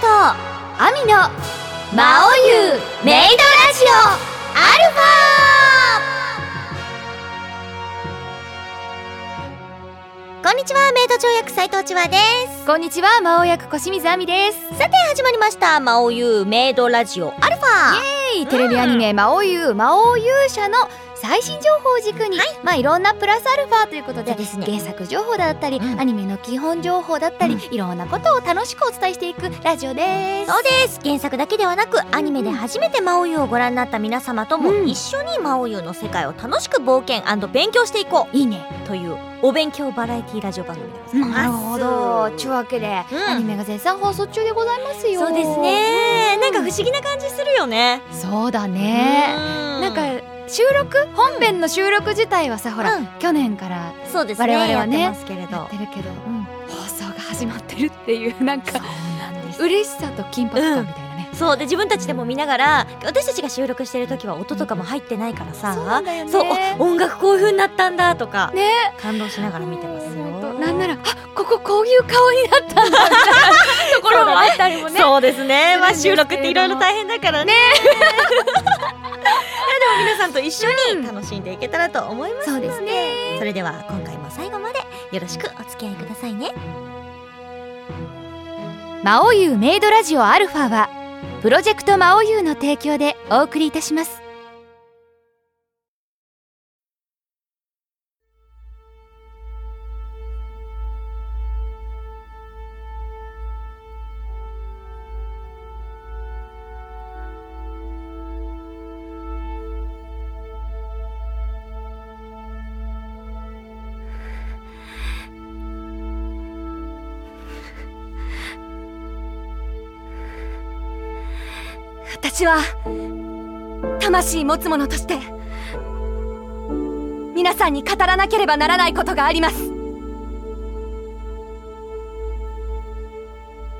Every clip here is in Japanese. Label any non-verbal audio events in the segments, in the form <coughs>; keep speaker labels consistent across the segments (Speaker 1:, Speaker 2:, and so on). Speaker 1: トアミの魔王優メイドラジオアルファこんにちはメイド条約斉藤千和です
Speaker 2: こんにちは魔王役小清水亜美です
Speaker 1: さて始まりました魔王優メイドラジオアルファ
Speaker 2: イエーイテレビアニメ「魔王優魔王勇者」の最新情報を軸に、いまあ、いろんなプラスアルファということで
Speaker 1: そうですね
Speaker 2: 原作情報だったり、
Speaker 1: うん
Speaker 2: アニメの基本情報だったり、
Speaker 1: うん
Speaker 2: いろんなことを楽しくお伝えしていくラジオです。
Speaker 1: そうです原作だけではなくアニメで初めて魔王優をご覧になった皆様とも
Speaker 2: うん
Speaker 1: 一緒に魔王優の世界を楽しく冒険勉強していこ
Speaker 2: いいね
Speaker 1: うというお勉強バラエティラジオ番組でございます
Speaker 2: なるほどちゅうわけで、
Speaker 1: うん
Speaker 2: アニメが絶賛放送中でございますよ
Speaker 1: そうですねなんか不思議な感じするよね
Speaker 2: そうだね、
Speaker 1: うん
Speaker 2: なんか収録本編の収録自体はさほら、
Speaker 1: うん
Speaker 2: 去年から
Speaker 1: そうですね
Speaker 2: 我々はね
Speaker 1: やってますけれ
Speaker 2: や
Speaker 1: ど
Speaker 2: ってるけど、
Speaker 1: うん
Speaker 2: 放送が始まってるっていうなんか
Speaker 1: なんです
Speaker 2: 嬉しさと緊迫感みたいなね、
Speaker 1: そうで自分たちでも見ながら私たちが収録してる時は音とかも入ってないからさ、
Speaker 2: そうなんだよね
Speaker 1: そうお音楽こういう風になったんだとか、
Speaker 2: ね
Speaker 1: 感動しながら見てますよ
Speaker 2: ほんとなんならあこここういう顔になったんだみたいなところもあったりもね
Speaker 1: そうですねまあ
Speaker 2: する
Speaker 1: 収
Speaker 2: んです
Speaker 1: 録
Speaker 2: けれども
Speaker 1: ってい <laughs> ろいろ大変だからねでも皆さんと一緒に楽しんでいけたらと思いますので,、
Speaker 2: そうです
Speaker 1: それでは今回も最後までよろしくお付き合いくださいね
Speaker 2: 魔王優メイドラジオアルファはプロジェクト魔王優の提供でお送りいたします私は魂持つ者として皆さんに語らなければならないことがあります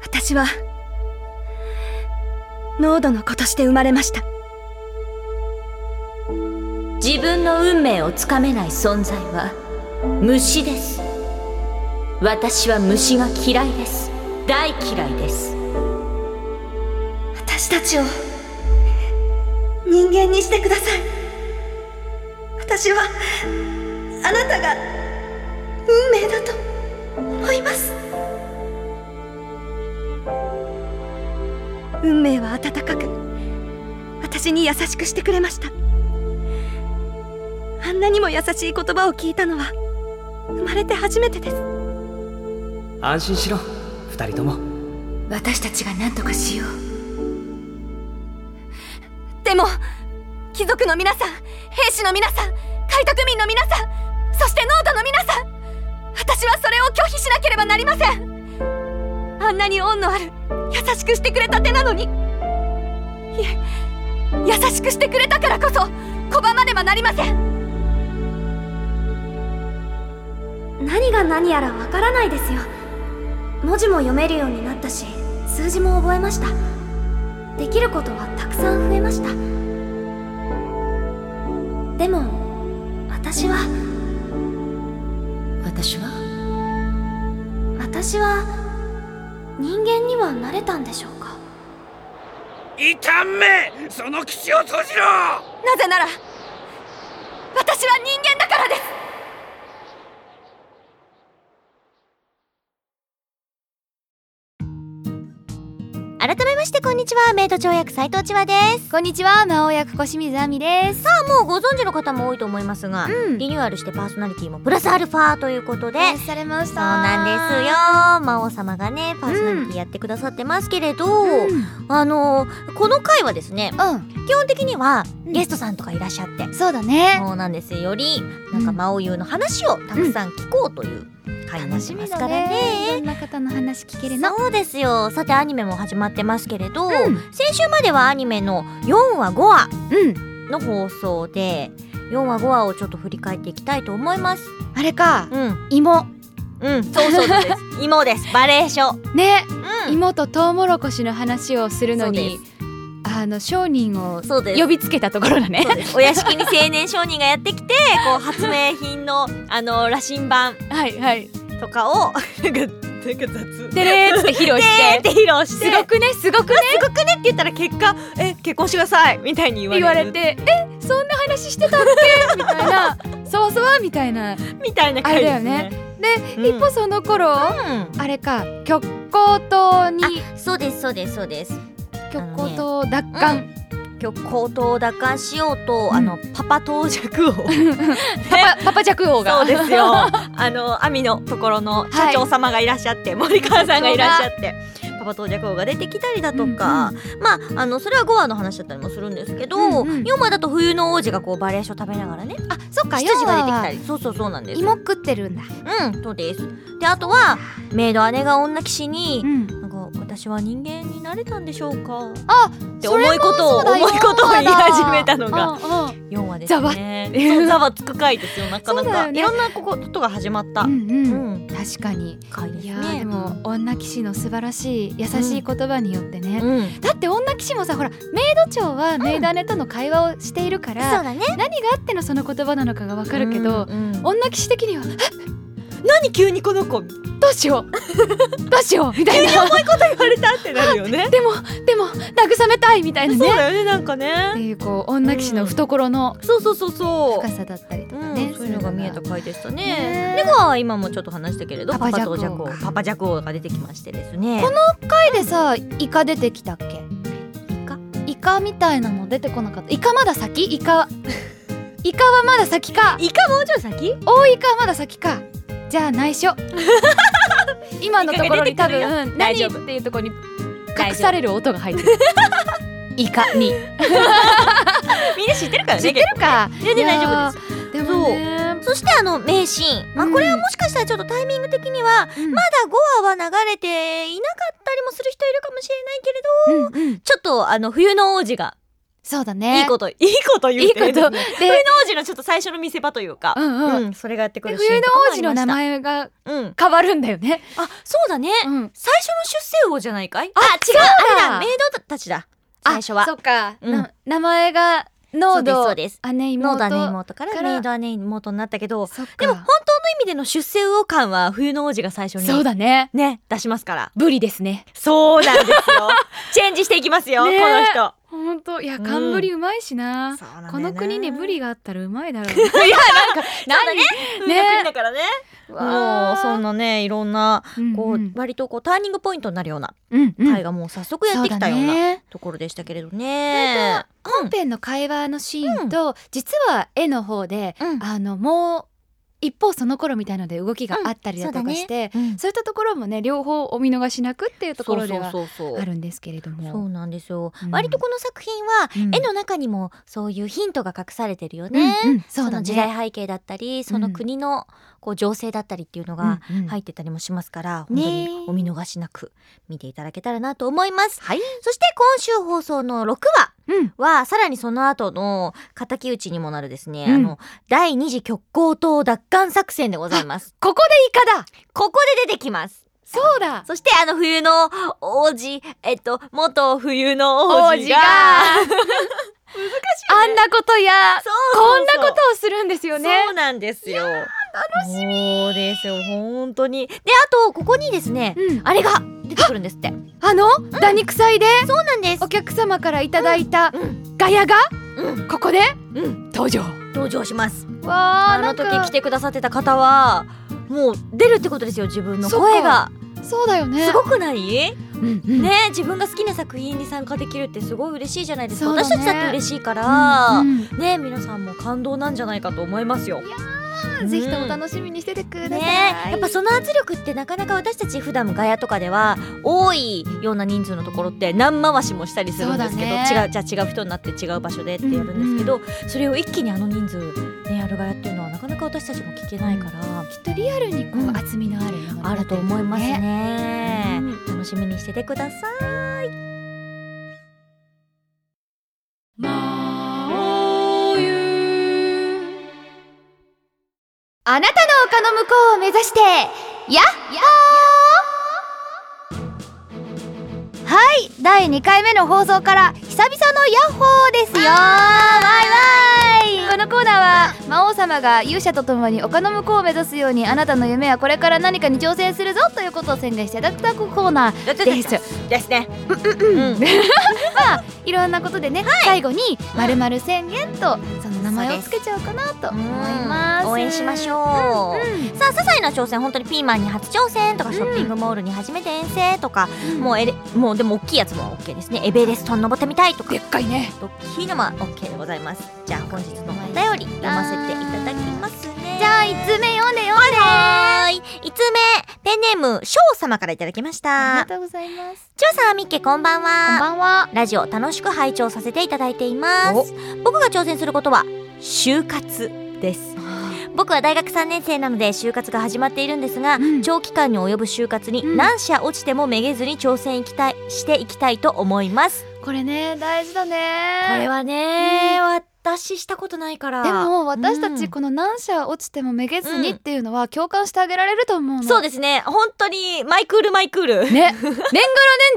Speaker 2: 私は濃度の子として生まれました
Speaker 1: 自分の運命をつかめない存在は虫です私は虫が嫌いです大嫌いです
Speaker 3: 私たちを人間にしてください私はあなたが運命だと思います運命は温かく私に優しくしてくれましたあんなにも優しい言葉を聞いたのは生まれて初めてです
Speaker 4: 安心しろ二人とも
Speaker 3: 私たちが何とかしようでも貴族の皆さん兵士の皆さん開拓民の皆さんそして農家の皆さん私はそれを拒否しなければなりませんあんなに恩のある優しくしてくれた手なのにいえ優しくしてくれたからこそ拒まねばなりません何が何やらわからないですよ文字も読めるようになったし数字も覚えましたできることはたくさん増えましたでも私は
Speaker 1: 私は
Speaker 3: 私は人間にはなれたんでしょうか
Speaker 5: 痛めその口を閉じろ
Speaker 3: なぜなら私は人間だからです
Speaker 1: 改めましてこんにちはメイド条約斉藤千和です
Speaker 2: こんにちは魔王役小清水亜美です
Speaker 1: さあもうご存知の方も多いと思いますが、
Speaker 2: うん
Speaker 1: リニューアルしてパーソナリティもプラスアルファということで、
Speaker 2: いらっしゃいまし
Speaker 1: そう
Speaker 2: た
Speaker 1: なんですよ魔王様がねパーソナリティやってくださってますけれど、あのこの回はですね
Speaker 2: うん、
Speaker 1: 基本的には
Speaker 2: うん
Speaker 1: ゲストさんとかいらっしゃって、
Speaker 2: うんそうだね
Speaker 1: そうなんですよよりなんか魔王優の話をたくさん聞こうという回に
Speaker 2: 楽
Speaker 1: なって
Speaker 2: し
Speaker 1: ま
Speaker 2: み
Speaker 1: す
Speaker 2: だ
Speaker 1: から
Speaker 2: ねいろ
Speaker 1: ね。
Speaker 2: んな方の話聞けるの
Speaker 1: そうですよさてアニメも始まってますけれど、
Speaker 2: うん
Speaker 1: 先週まではアニメの4話5話
Speaker 2: うん
Speaker 1: の放送で4話5話をちょっと振り返っていきたいと思います。
Speaker 2: あれか
Speaker 1: うん、
Speaker 2: 芋
Speaker 1: うん、そうそうです。 <laughs> 芋です。バレー書。うん、
Speaker 2: ね、芋とトウモロコシの話をするのに
Speaker 1: そ
Speaker 2: あの商人を
Speaker 1: そうです。
Speaker 2: 呼びつけたところだね
Speaker 1: <laughs> そうですお屋敷に青年商人がやってきて、 <laughs> こう発明品のあの羅針盤
Speaker 2: はいはい
Speaker 1: とかをなんか
Speaker 6: てか雑
Speaker 2: でれーっつって披露
Speaker 1: <laughs>
Speaker 2: して
Speaker 1: て披露し
Speaker 2: すごくねすごくね
Speaker 1: すごくねって言ったら結果「え結婚しなさい」みたいに言われ
Speaker 2: 言
Speaker 1: る
Speaker 2: われて「えそんな話してたっけ?」みたいな「そわそわ」みたいな
Speaker 1: みたいな
Speaker 2: あ
Speaker 1: 感じ
Speaker 2: れ
Speaker 1: で
Speaker 2: だ
Speaker 1: す
Speaker 2: よね
Speaker 1: ね。
Speaker 2: で、
Speaker 1: うん
Speaker 2: 一歩その頃、あれか極光島に
Speaker 7: そうですそうですそうです
Speaker 2: 極光島を奪還、
Speaker 7: 今日高等奪還しようと、あのパパ到着を
Speaker 2: パパパパ弱王が
Speaker 1: そうですよあの網のところの社長様がいらっしゃって、森川さんがいらっしゃってパパ到着王が出てきたりだとか、まああのそれは5話の話だったりもするんですけど、
Speaker 2: うんうん
Speaker 1: 4話だと冬の王子がこうバリエーション食べながらね
Speaker 2: あそっか
Speaker 1: 羊が出てきた
Speaker 2: り
Speaker 1: りそうそうそうなんです
Speaker 2: 芋食ってるんだ、
Speaker 1: うんそうですであとはメイド姉が女騎士に
Speaker 2: ん、
Speaker 1: 「なんか私は人間になれたんでしょうか?」
Speaker 2: あ
Speaker 1: って重いことを
Speaker 2: それもそう
Speaker 1: 重
Speaker 2: だ
Speaker 1: いことを言い始めたの
Speaker 2: うん
Speaker 1: が
Speaker 2: うん
Speaker 1: 4話で
Speaker 2: ざわ
Speaker 1: す
Speaker 2: っ
Speaker 1: ねそうざわつく回ですよなかな
Speaker 2: そうだ
Speaker 1: か、
Speaker 2: よね
Speaker 1: いろんなこことが始まった、
Speaker 2: う
Speaker 1: うん
Speaker 2: んうん
Speaker 1: うん、
Speaker 2: 確かに
Speaker 1: 回です
Speaker 2: い
Speaker 1: ね
Speaker 2: やーでも女騎士の素晴らしい優しい言葉によってね、
Speaker 1: うん
Speaker 2: だって女騎士もさほらメイド長はメイド姉との会話をしているから、
Speaker 7: だね
Speaker 2: 何があってのその言葉なのかがわかるけど、
Speaker 1: うんうん
Speaker 2: 女騎士的にはえ
Speaker 1: 何急にこの子言
Speaker 2: どうしようどうし <laughs> ようみたいな
Speaker 1: われたってなるよ <laughs> ね
Speaker 2: でもでも慰めたいみたいな
Speaker 1: そう
Speaker 2: ね
Speaker 1: だよねなんか
Speaker 2: っ
Speaker 1: ね
Speaker 2: ていうこう女騎士の懐の
Speaker 1: そうそうそうそう
Speaker 2: 深さだったりと
Speaker 1: う
Speaker 2: か
Speaker 1: ん
Speaker 2: ね、
Speaker 1: そういうのが見えた回でした
Speaker 2: ね
Speaker 1: ね。では今もちょっと話したけれど
Speaker 2: パ
Speaker 1: パ
Speaker 2: パ
Speaker 1: パ
Speaker 2: ジャック
Speaker 1: と
Speaker 2: 王
Speaker 1: ジャコパパジャコ王が出てきましてですね。
Speaker 2: 回でさイカ出てきたっけイカイカみたいなの出てこなかったイカまだ先イカイカはまだ先か
Speaker 1: イカもうちょい先？
Speaker 2: 大イカはまだ先かじゃあ内
Speaker 1: <laughs>
Speaker 2: 緒今のところに多
Speaker 1: イカが
Speaker 2: 分
Speaker 1: 大
Speaker 2: 何
Speaker 1: 丈
Speaker 2: っ
Speaker 1: 夫
Speaker 2: ていうところに
Speaker 1: 大
Speaker 2: 隠
Speaker 1: 丈
Speaker 2: さ
Speaker 1: 夫
Speaker 2: れる音が入ってるイカ
Speaker 1: <laughs>
Speaker 2: に
Speaker 1: みんな知ってるからね。
Speaker 2: 知ってるか
Speaker 1: 全然大丈夫
Speaker 2: で
Speaker 1: です
Speaker 2: でもね
Speaker 7: そしてあの名シーン、まあ、
Speaker 2: うん
Speaker 7: これはもしかしたらちょっとタイミング的には、
Speaker 2: うん
Speaker 7: まだ5話は流れていなかったりもする人いるかもしれないけれど
Speaker 2: うんうん
Speaker 7: ちょっとあの冬の王子が
Speaker 2: そうだ
Speaker 1: す。
Speaker 2: ね
Speaker 1: いいこといい <laughs> こと言うて
Speaker 2: いいこと
Speaker 1: ね
Speaker 2: で
Speaker 1: 冬の王子のちょっと最初の見せ場というか
Speaker 2: う。んうん、
Speaker 1: うん、それがやってく
Speaker 2: で
Speaker 1: る
Speaker 2: 冬の王子の名
Speaker 1: シ
Speaker 2: 前が
Speaker 1: ーンとかもあ
Speaker 2: 変わる
Speaker 1: りました。うん。
Speaker 2: んだよね、
Speaker 1: あ、そうだね。
Speaker 2: <laughs> うん、
Speaker 1: 最初の出世王じゃないかい？あ、
Speaker 2: 違う
Speaker 1: あれ
Speaker 2: だ
Speaker 1: だ。メイドたちだ。最初は
Speaker 2: そ。っか、
Speaker 1: うん
Speaker 2: な名前が濃度
Speaker 7: そうです
Speaker 2: 姉妹
Speaker 1: ノーダ姉妹から
Speaker 2: から
Speaker 1: メイド姉妹になったけど、
Speaker 2: そっか
Speaker 1: でも本当の意味での出世魚感は冬の王子が最初に
Speaker 2: そうだね
Speaker 1: ね出しますから
Speaker 2: ブリですね
Speaker 1: そうなん
Speaker 2: <laughs>
Speaker 1: ですよチェンジしていきますよ、
Speaker 2: ねえ
Speaker 1: この人
Speaker 2: 本当いや
Speaker 1: うん
Speaker 2: 寒ブリうまいしな、
Speaker 1: そうなんだよね
Speaker 2: この国にブリがあったらうまいだろう <laughs>
Speaker 1: 何ね
Speaker 2: ね
Speaker 1: 冬の国だからねもうそんなねいろんなこ
Speaker 2: う
Speaker 1: う、
Speaker 2: んうん
Speaker 1: 割とこうターニングポイントになるような
Speaker 2: うんうん
Speaker 1: 回がもう早速やってきたよう
Speaker 2: そうだ
Speaker 1: な
Speaker 2: ね
Speaker 1: ところでしたけれどね、
Speaker 2: 本編の会話のシーンと、実は絵の方で、
Speaker 1: うん
Speaker 2: あのもう一方その頃みたいので動きがあったりだとかして、
Speaker 1: うん
Speaker 2: そういったところもね両方お見逃しなくっていうところでは
Speaker 1: そうそうそうそう
Speaker 2: あるんですけれども
Speaker 1: そうなんですよ、
Speaker 2: うん
Speaker 1: 割とこの作品は
Speaker 2: うん
Speaker 1: 絵の中にもそういうヒントが隠されてるよ
Speaker 2: うん
Speaker 1: ね、
Speaker 2: うんそ
Speaker 1: そう
Speaker 2: だ
Speaker 1: の
Speaker 2: ね
Speaker 1: 時代背景だったりその国のこう情勢だったりっていうのが
Speaker 2: うんうん
Speaker 1: 入ってたりもしますから、
Speaker 2: ねえ
Speaker 1: 本当にお見逃しなく見ていただけたらなと思います。はい、そして今週放送の6話
Speaker 2: うん
Speaker 1: はさらにその後の敵討ちにもなるですね、
Speaker 2: うん
Speaker 1: あの第二次極光島奪還作戦でございます。
Speaker 2: ここでイカだ
Speaker 1: ここで出てきます。
Speaker 2: そうだ
Speaker 1: そしてあの冬の王子えっと元冬の王
Speaker 2: 王
Speaker 1: 子
Speaker 2: 子
Speaker 1: が
Speaker 2: があんなことやこんなことをするんですよね
Speaker 1: そうなんですよ。楽しみ。そうですよ、本当に。で、あと、ここにですね、
Speaker 2: うん
Speaker 1: あれが出てくるんですって。
Speaker 2: あの打肉祭で
Speaker 1: そうなんで
Speaker 2: お。客様からいただいた
Speaker 1: う
Speaker 2: ガヤが
Speaker 1: う
Speaker 2: ここで
Speaker 1: うん、
Speaker 2: 登場
Speaker 1: 登場します。
Speaker 2: わ
Speaker 1: あ
Speaker 2: あな
Speaker 1: の
Speaker 2: んか
Speaker 1: 時来てくださってた方は、もう出るってことですよ、自分の
Speaker 2: そっ
Speaker 1: 声が。
Speaker 2: そうだよね
Speaker 1: すごくない、
Speaker 2: うんうん
Speaker 1: ね、自分が好きな作品に参加できるってすごい嬉しいじゃないですか。
Speaker 2: そうだ
Speaker 1: 私
Speaker 2: ね
Speaker 1: たちだって嬉しいか
Speaker 2: う
Speaker 1: ら、
Speaker 2: ん
Speaker 1: ね、皆さんも感動なんじゃないかと思います
Speaker 2: う
Speaker 1: よ。
Speaker 2: んぜひとも楽しみにしててください
Speaker 1: ねえやっぱその圧力ってなかなか私たち普段ガヤとかでは多いような人数のところって何回しもしたりするんですけど、
Speaker 2: そうだね
Speaker 1: 違うじゃあ違う人になって違う場所でってやるんですけど、それを一気にあの人数でやるガヤっていうのはなかなか私たちも聞けないから、
Speaker 2: きっとリアルにこ
Speaker 1: う
Speaker 2: うん厚みのあるものにな
Speaker 1: あ
Speaker 2: って
Speaker 1: ると思いますね楽しみにしててください。
Speaker 7: あなたの丘の向こうを目指してやっはい第2回目の放送から久し
Speaker 8: 久々のヤッホーですよ
Speaker 2: このコーナーは魔王様が勇者と共に丘の向こうを目指すようにあなたの夢はこれから何かに挑戦するぞということを宣言していただくコーナーです
Speaker 1: ですね。
Speaker 2: いろんなことでね、最後に「まる宣言とその名前をつけちゃおうかなと思います
Speaker 1: 応援しまし
Speaker 2: う
Speaker 1: ょう、さあ些細な挑戦本当にピーマンに初挑戦とかショッピングモールに初めて遠征とか、もうエレもうでも大きいやつも OK ですねエベレストに登ってみたいとか
Speaker 2: でっかいね
Speaker 1: 大きいのも OK でございますじゃあ本日のお便り読ませていただきますね
Speaker 2: じゃあ5つ目読んで読んで
Speaker 1: はーい5つ目ペンネームショウ様からいただきまし
Speaker 2: あり
Speaker 1: た
Speaker 2: がとうございます
Speaker 1: チョウさんみっけこんば
Speaker 2: こ
Speaker 1: ん
Speaker 2: ん
Speaker 1: は
Speaker 2: ばんは
Speaker 1: ラジオ楽しく拝聴させていただいています僕が挑戦することは就活です僕は大学3年生なので就活が始まっているんですが、
Speaker 2: うん
Speaker 1: 長期間に及ぶ就活に
Speaker 2: うん
Speaker 1: 何社落ちてもめげずに挑戦いきたいしていきたいと思います、
Speaker 2: これね大事だ
Speaker 1: これ
Speaker 2: ね
Speaker 1: はね、私したことないから
Speaker 2: でも私た
Speaker 1: う
Speaker 2: ち
Speaker 1: ん
Speaker 2: この何社落ちてもめげずにっていうのは共感してあげられると思うの
Speaker 1: そうですね本当にマイクールマイクールして
Speaker 2: <laughs> ね年がら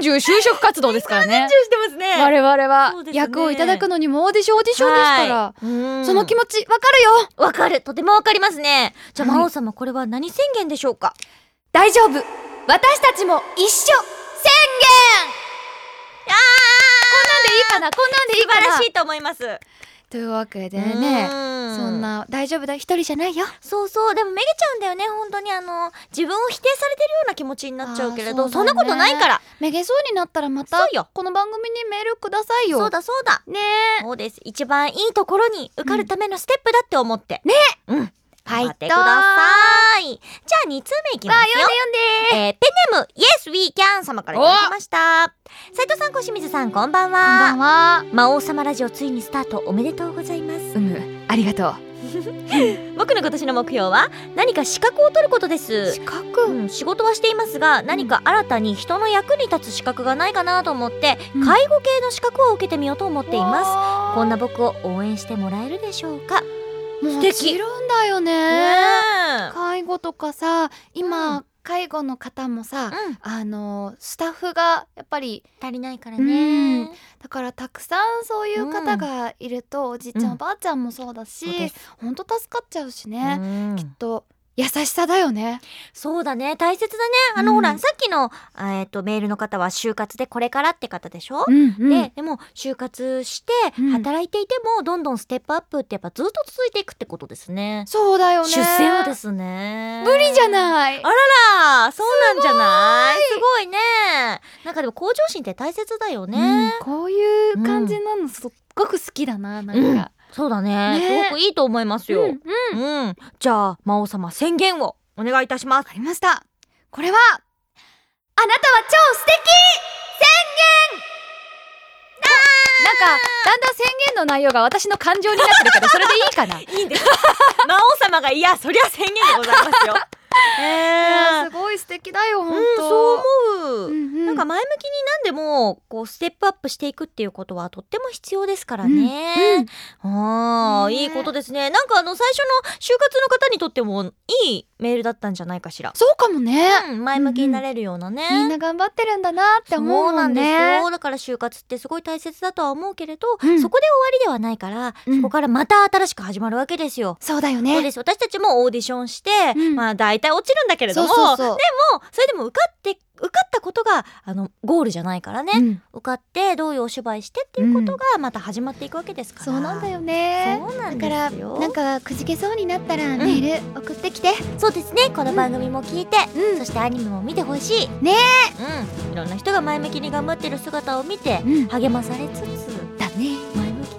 Speaker 2: 年中就職活動ですからね
Speaker 1: ますね
Speaker 2: 我々は
Speaker 1: そうですね
Speaker 2: 役をいただくのにもオーディションオーディションですから
Speaker 1: はいうん
Speaker 2: その気持ちわかるよ
Speaker 1: わかるとてもわかりますねじゃあ
Speaker 2: はい
Speaker 1: 魔王様これは何宣言でしょうか
Speaker 2: 大丈夫私たちも一緒宣言こんなんでいいかなこんなんでいい
Speaker 1: 素
Speaker 2: か
Speaker 1: 晴
Speaker 2: な
Speaker 1: らしいと思います
Speaker 2: というわけでね
Speaker 1: うん
Speaker 2: そんな大丈夫だ一人じゃないよ
Speaker 1: そうそうでもめげちゃうんだよね本当にあの自分を否定されてるような気持ちになっちゃうけれど
Speaker 2: あー
Speaker 1: そ
Speaker 2: そ
Speaker 1: ん
Speaker 2: うだね
Speaker 1: なことないから
Speaker 2: めげそうになったらま
Speaker 1: そ
Speaker 2: た
Speaker 1: うよ
Speaker 2: この番組にメールくださいよ
Speaker 1: そうだそうだ
Speaker 2: ね
Speaker 1: そうです一番いいところに受かるためのステップだって思って、ねうん
Speaker 2: ファイ
Speaker 1: 頑
Speaker 2: ト
Speaker 1: 張ってくださいじゃあ2通目いきますよえーペンネーム Yes We Can 様からいただきました斉藤さん小清水さんこんばんは
Speaker 2: こんばんは
Speaker 1: 魔王様ラジオついにスタートおめでとうございます
Speaker 2: うむありがとう
Speaker 1: 僕の今年の目標は何か資格を取ることです
Speaker 2: 資格
Speaker 1: うん、仕事はしていますが何か新たに人の役に立つ資格がないかなと思って、
Speaker 2: うん
Speaker 1: 介護系の資格を受けてみようと思っています
Speaker 2: す
Speaker 1: こんな僕を応援してもらえるでしょうか、
Speaker 2: も
Speaker 1: 敵
Speaker 2: ちろんだよね
Speaker 1: ね
Speaker 2: 介護とかさ
Speaker 1: う
Speaker 2: 今介護の方もさ
Speaker 1: えうん、
Speaker 2: あのスタッフがやっぱり
Speaker 1: 足りないから
Speaker 2: うん
Speaker 1: ね
Speaker 2: だからたくさんそういう方がいると、おじいちゃん、
Speaker 1: うん
Speaker 2: おばあちゃんもそうだし、
Speaker 1: そうです
Speaker 2: ほんと助かっちゃうしね、
Speaker 1: うん
Speaker 2: きっと優しさだよね
Speaker 1: そうだね大切だねあの、
Speaker 2: うん
Speaker 1: ほらさっきの、あえっとメールの方は就活でこれからって方でしょ、
Speaker 2: うんう
Speaker 1: ででも就活して
Speaker 2: うん
Speaker 1: 働いていてもどんどんステップアップってやっぱずっと続いていくってことですね。
Speaker 2: そうだよね
Speaker 1: 出世はですすね。
Speaker 2: 無理じゃ
Speaker 1: い
Speaker 2: ない
Speaker 1: あららそうなんじゃないすごいね。なんかでも向上心って大切だよね。
Speaker 2: うんこういう感じなのすっごく好きだななんか、
Speaker 1: そうだね
Speaker 2: ね
Speaker 1: すごくいいと思います
Speaker 2: うん
Speaker 1: よ。
Speaker 2: う
Speaker 1: うんん、じゃあ魔王様宣言をお願いいたします。
Speaker 2: ありましたこれはあなたは超素敵宣言なんかだんだん宣言の内容が私の感情になってるけどそれ <laughs> でいいかな
Speaker 1: いいんです。 <laughs> 魔王様がいやそりゃ宣言でございます <laughs> よ。え
Speaker 2: すごい素敵だよ本
Speaker 1: うん
Speaker 2: 当、
Speaker 1: そう思う。
Speaker 2: な
Speaker 1: なんか前向きに何でもこうステップアップしていくっていうことはとっても必要ですからね。ああ、
Speaker 2: ね
Speaker 1: いいことですね。なんかあの最初の就活の方にとってもいいメールだったんじゃないかしら。
Speaker 2: そうかもね、
Speaker 1: うん、前向きになれるようなね。
Speaker 2: みんな頑張ってるんだなって思う
Speaker 1: そう
Speaker 2: も
Speaker 1: なんんです
Speaker 2: ね
Speaker 1: よだから就活ってすごい大切だとは思うけれど、
Speaker 2: うん
Speaker 1: そこで終わりではないから、
Speaker 2: うん
Speaker 1: そこからまた新しく始まるわけですよ。
Speaker 2: そうだよ
Speaker 1: そう
Speaker 2: ね
Speaker 1: です私たちもオーディションして、
Speaker 2: うん
Speaker 1: まあ大体落ちるんだけれども
Speaker 2: そうそうそう
Speaker 1: でもそれでも受かって受かったことがあのゴールじゃないからね、
Speaker 2: うん
Speaker 1: 受かってどういうお芝居してっていうことがまた始まっていくわけですから、
Speaker 2: そうなんだよね
Speaker 1: そうなん
Speaker 2: だ
Speaker 1: で
Speaker 2: から
Speaker 1: すよ
Speaker 2: なんかくじけそうになったらメール送ってきて、
Speaker 1: そうですねこの番組も聞いて、
Speaker 2: うん
Speaker 1: そしてアニメも見てほしい
Speaker 2: ね
Speaker 1: えうんいろんな人が前向きに頑張ってる姿を見て
Speaker 2: うん
Speaker 1: 励まされつつ
Speaker 2: だね
Speaker 1: 前向き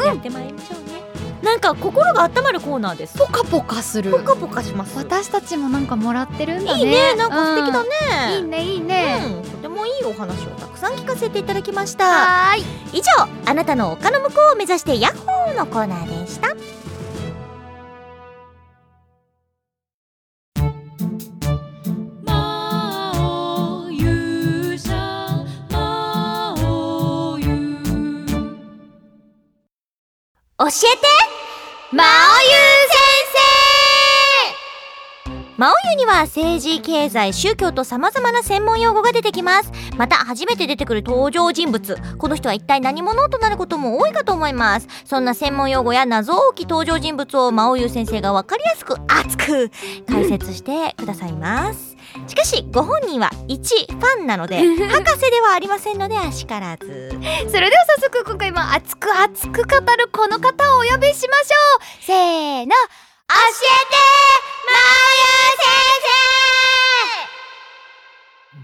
Speaker 1: にやってまいりましょうね、なんか心が温まるコーナーです
Speaker 2: ポカポカする
Speaker 1: ポカポカします
Speaker 2: 私たちもなんかもらってるんだね
Speaker 1: いいねなんか素敵だ
Speaker 2: うん
Speaker 1: ね、
Speaker 2: いいねいいね、
Speaker 1: うん、とてもいいお話をたくさん聞かせていただきました
Speaker 2: はーい
Speaker 1: 以上あなたの丘の向こうを目指してヤッホーのコーナーでした教えて
Speaker 2: 魔王優先
Speaker 1: 魔王湯には政治、経済、宗教と様々な専門用語が出てきます。また、初めて出てくる登場人物。この人は一体何者となることも多いかと思います。そんな専門用語や謎多き登場人物を魔王湯先生がわかりやすく、熱く解説してくださいます。しかし、ご本人は一ファンなので、博士ではありませんので、あしからず。
Speaker 2: それでは早速今回も熱く熱く語るこの方をお呼びしましょうせーの教えて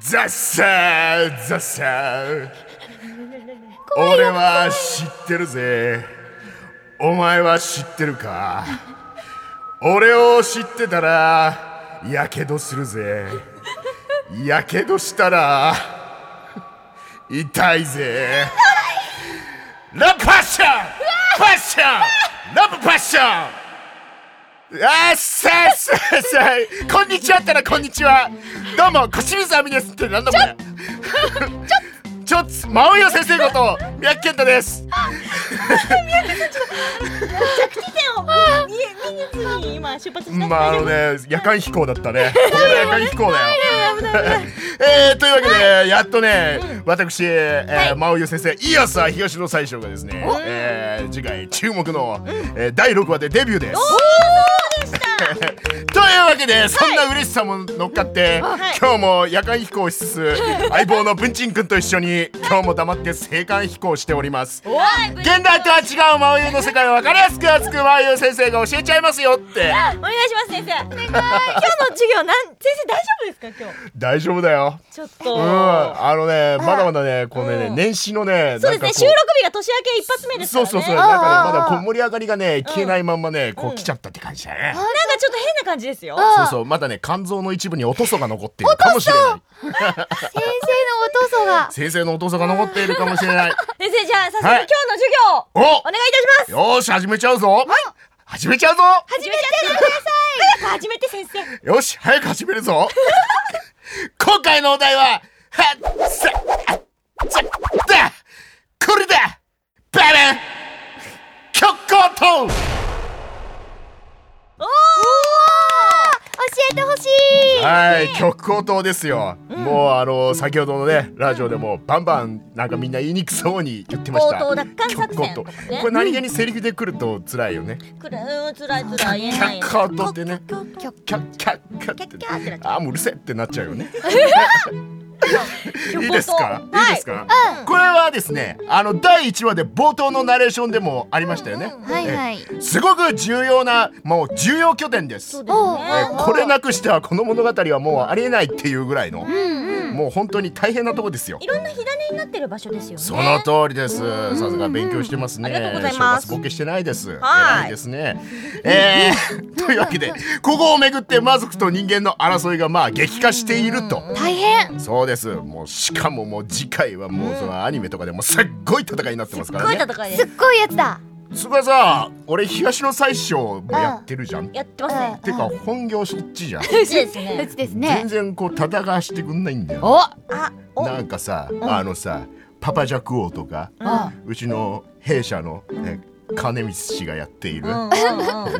Speaker 9: ザッサーザッサー俺は知ってるぜお前は知ってるか俺を知ってたらやけどするぜやけどしたら痛いぜラブパッションパッションラブパッションあっさっさっさこんにちはったらこんにちはどうも小清水亜美ですってなんだこれちょっつ真央先生こと三宅健太です
Speaker 10: 今出発
Speaker 9: まああのね夜間飛行だったねこれが夜間飛行だよえー、というわけで、やっとね、私、えー真央先生イアサ東の最初がですね、えー、次回注目の、えー、第6話でデビューですというわけでそんな嬉しさも乗っかって、今日も夜間飛行しつつ相棒の文鎮君と一緒に今日も黙って青函飛行しております現代とは違う真央の世界を分かりやすく熱く真央先生が教えちゃいますよって
Speaker 10: お願いします先生お願い今日の授業なん先生大丈夫ですか今日
Speaker 9: 大丈夫だよ
Speaker 10: ちょっ
Speaker 9: う
Speaker 10: と、
Speaker 9: んあのねまだまだねこのね、
Speaker 10: うん
Speaker 9: 年始のね
Speaker 10: そ
Speaker 9: な
Speaker 10: うです
Speaker 9: んかこ
Speaker 10: ね収録日が年明け一発目ですか
Speaker 9: そう
Speaker 10: らね
Speaker 9: そうそう
Speaker 10: なんか
Speaker 9: なんかねまだこう盛り上がりがね消えないまんまねこう来ちゃったって感じだね、
Speaker 10: ちょっと変な感じですよ
Speaker 9: そうそうまだね肝臓の一部におとそが残っているかもしれない
Speaker 2: 先生のお父さんが
Speaker 9: 先生のお父さんが残っているかもしれ
Speaker 10: <laughs>
Speaker 9: ない。
Speaker 10: 先生じゃあ早速今
Speaker 9: はい
Speaker 10: 日の授業を
Speaker 9: お、
Speaker 10: お願いいたします
Speaker 9: よーし、始めちゃうぞ。始めちゃうぞ。
Speaker 10: 始めちゃってください早く始めて先生
Speaker 9: よし、早く始める <laughs> ぞ。今回のお題は、はっ、さ、あさ、だ。これだ。バラン。極光と。
Speaker 2: 教えてほしい
Speaker 9: はい、極光灯ですよ。もうあの先ほどのねラジオでもバンバンなんかみんな言いにくそうに言ってました。
Speaker 10: 極光灯奪還作戦
Speaker 9: 極光灯これ何気にセリフで来ると辛いよね。
Speaker 10: くらうんつらいつらい言え
Speaker 9: キ
Speaker 10: な
Speaker 9: ャッ
Speaker 10: い
Speaker 9: カーとってね。キャッキャッキャッキャッ
Speaker 10: キャッキャッってなっ
Speaker 9: あーもううるせえってなっちゃうよね。いいですか。いいですか。これはですね、あの第一話で冒頭のナレーションでもありましたよね。
Speaker 2: はいはい
Speaker 9: えすごく重要なもう重要拠点です。
Speaker 2: おう
Speaker 9: えーこれなくしてはこの物語はもうありえないっていうぐらいの、もう本当に大変なとこですよ
Speaker 10: い。ろんな火種になってる場所ですよね
Speaker 9: その通りです。さすが勉強してますね。
Speaker 10: ありがとうございます
Speaker 9: 正月ボケしてないです。
Speaker 10: はい
Speaker 9: 偉いですね。え
Speaker 10: <laughs>
Speaker 9: ーというわけでここをめぐって魔族と人間の争いがまあ激化していると。
Speaker 2: 大変
Speaker 9: そうです。もうしかももう次回はもうそのアニメとかでもすっごい戦いになってますから
Speaker 10: 声
Speaker 9: ね。
Speaker 10: 戦いです
Speaker 2: っごいやつだ
Speaker 9: それはさ、俺東の最小もやってるじゃん。
Speaker 10: やってますね
Speaker 9: てか本業そっちじゃん。
Speaker 10: 嬉しいですね
Speaker 2: うちですね
Speaker 9: 全然こう戦わしてくんないんだよ。
Speaker 2: お
Speaker 10: あお
Speaker 9: なんかさ、あのさパパジャク王とか、うちの弊社の、ね、金光氏がやっている、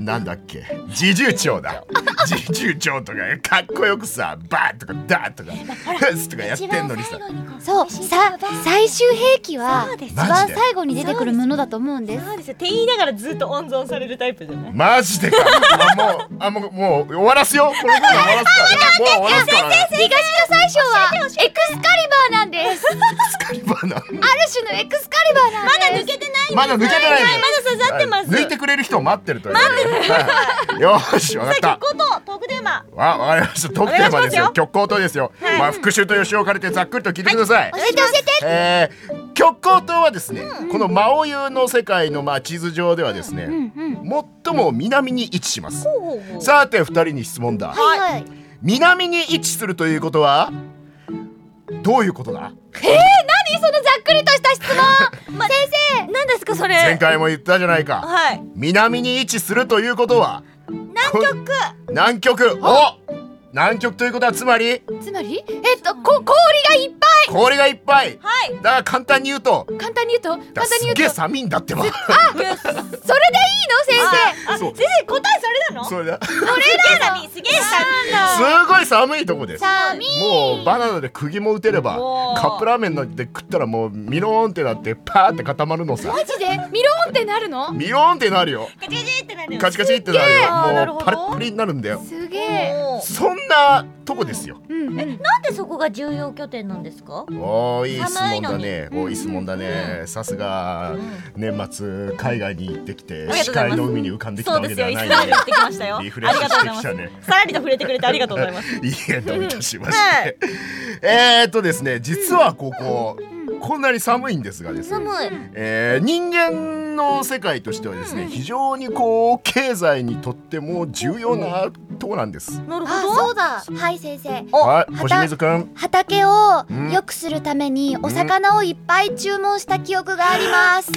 Speaker 9: なんだっけ侍従長だ侍従長とかかっこよくさバーとかダーとかフスとかやってんのにさ
Speaker 2: そうさ最終兵器は一
Speaker 9: マ
Speaker 2: 番
Speaker 9: ジで
Speaker 2: 最後に出てくるものだと思うんです
Speaker 10: そうですよって言いながらずっと温存されるタイプじゃない
Speaker 9: マジでかあもうあもうもう終わらすよこの分終わらすからもう終わらすからね
Speaker 2: 東の最初はエクスカリバーなんですある
Speaker 9: カリバナ
Speaker 2: 種のエクスカリバーなんですまだ抜けてない
Speaker 9: まだ抜けてないのよ
Speaker 10: まだ刺さってます
Speaker 9: はい抜いてくれる人を待ってるという待ってるよーしわかった
Speaker 10: ことトークテーマ
Speaker 9: わ、わかりました。特典はですよ。極光灯ですよ。まあ復習と吉岡でざっくりと聞いてください。
Speaker 2: 教えて教えて
Speaker 9: えー、極光灯はですね、この魔王湯の世界のまあ地図上ではですね、最も南に位置します。さて二人に質問だ。
Speaker 2: はいはい
Speaker 9: 南に位置するということはどういうこと
Speaker 2: 何
Speaker 9: だ？
Speaker 2: そのざっくりとした質 <laughs> 問先生
Speaker 10: 何ですかそれ
Speaker 9: 前回も言ったじゃないか。
Speaker 10: はい
Speaker 9: 南に位置するということは南極。南極。お、南極ということはつまり
Speaker 2: つまりえっとこ氷がいっぱ
Speaker 9: 氷がいっぱい。
Speaker 10: はい
Speaker 9: だから簡単に言うと。
Speaker 2: い簡単に言うと
Speaker 9: だ
Speaker 2: 簡単に
Speaker 9: す
Speaker 2: 言う
Speaker 9: っげえ
Speaker 2: と
Speaker 9: 寒いんだってば。
Speaker 2: それでいいの先生
Speaker 10: あ
Speaker 9: そう
Speaker 10: 先生答えそれなの？
Speaker 9: それだ
Speaker 10: れなの。すげえ寒い。
Speaker 9: すごい寒いとこです
Speaker 2: 寒い
Speaker 9: もうバナナで釘も打てれば
Speaker 10: おー
Speaker 9: カップラーメンので食ったらもうミローンってなってパーって固まるのさ
Speaker 11: マジでミローンってなるの
Speaker 9: ミローンってなるよ
Speaker 10: ガチガチってなるよ。
Speaker 9: カチカチってな
Speaker 10: あーな
Speaker 9: る
Speaker 10: る
Speaker 9: よも
Speaker 10: ほ
Speaker 9: う
Speaker 10: ど
Speaker 9: パリッパリになるんだよ
Speaker 11: すげえ
Speaker 10: もう
Speaker 9: そんなとこですよ
Speaker 11: うんうん
Speaker 10: なんでそこが重要拠点なんですか？
Speaker 9: おーいい質
Speaker 10: 寒い
Speaker 9: 問
Speaker 10: の
Speaker 9: だ
Speaker 10: に
Speaker 9: ねおーいい質問だねさすが年末海外に行ってきて
Speaker 10: ありがと
Speaker 9: 視
Speaker 10: うございま
Speaker 9: 界
Speaker 10: す
Speaker 9: の海に浮かんできた
Speaker 10: そう
Speaker 9: わ
Speaker 10: で
Speaker 9: け
Speaker 10: す
Speaker 9: で
Speaker 10: よ。
Speaker 9: は
Speaker 10: イス
Speaker 9: ない
Speaker 10: ラエル行ってきましたよ。あ
Speaker 9: リ
Speaker 10: り
Speaker 9: フレッシュ
Speaker 10: がとう
Speaker 9: し
Speaker 10: ご
Speaker 9: て
Speaker 10: ざいま
Speaker 9: き
Speaker 10: す
Speaker 9: た。ね
Speaker 10: さらりと触れてくれてありがとうございます。
Speaker 9: いいえどういたしまして、えーっとですね実はここ、こんなに寒いんですがですね
Speaker 10: 寒い。
Speaker 9: えー人間の世界としてはですね非常にこう経済にとっても重要なとこなんです。
Speaker 10: なる
Speaker 2: あ
Speaker 10: ほど。
Speaker 2: そうだはい先生
Speaker 10: お
Speaker 9: はい、
Speaker 2: 旗
Speaker 9: 星水くん。
Speaker 2: 畑を
Speaker 9: うん
Speaker 2: 良くするためにお魚をいっぱい注文した記憶があります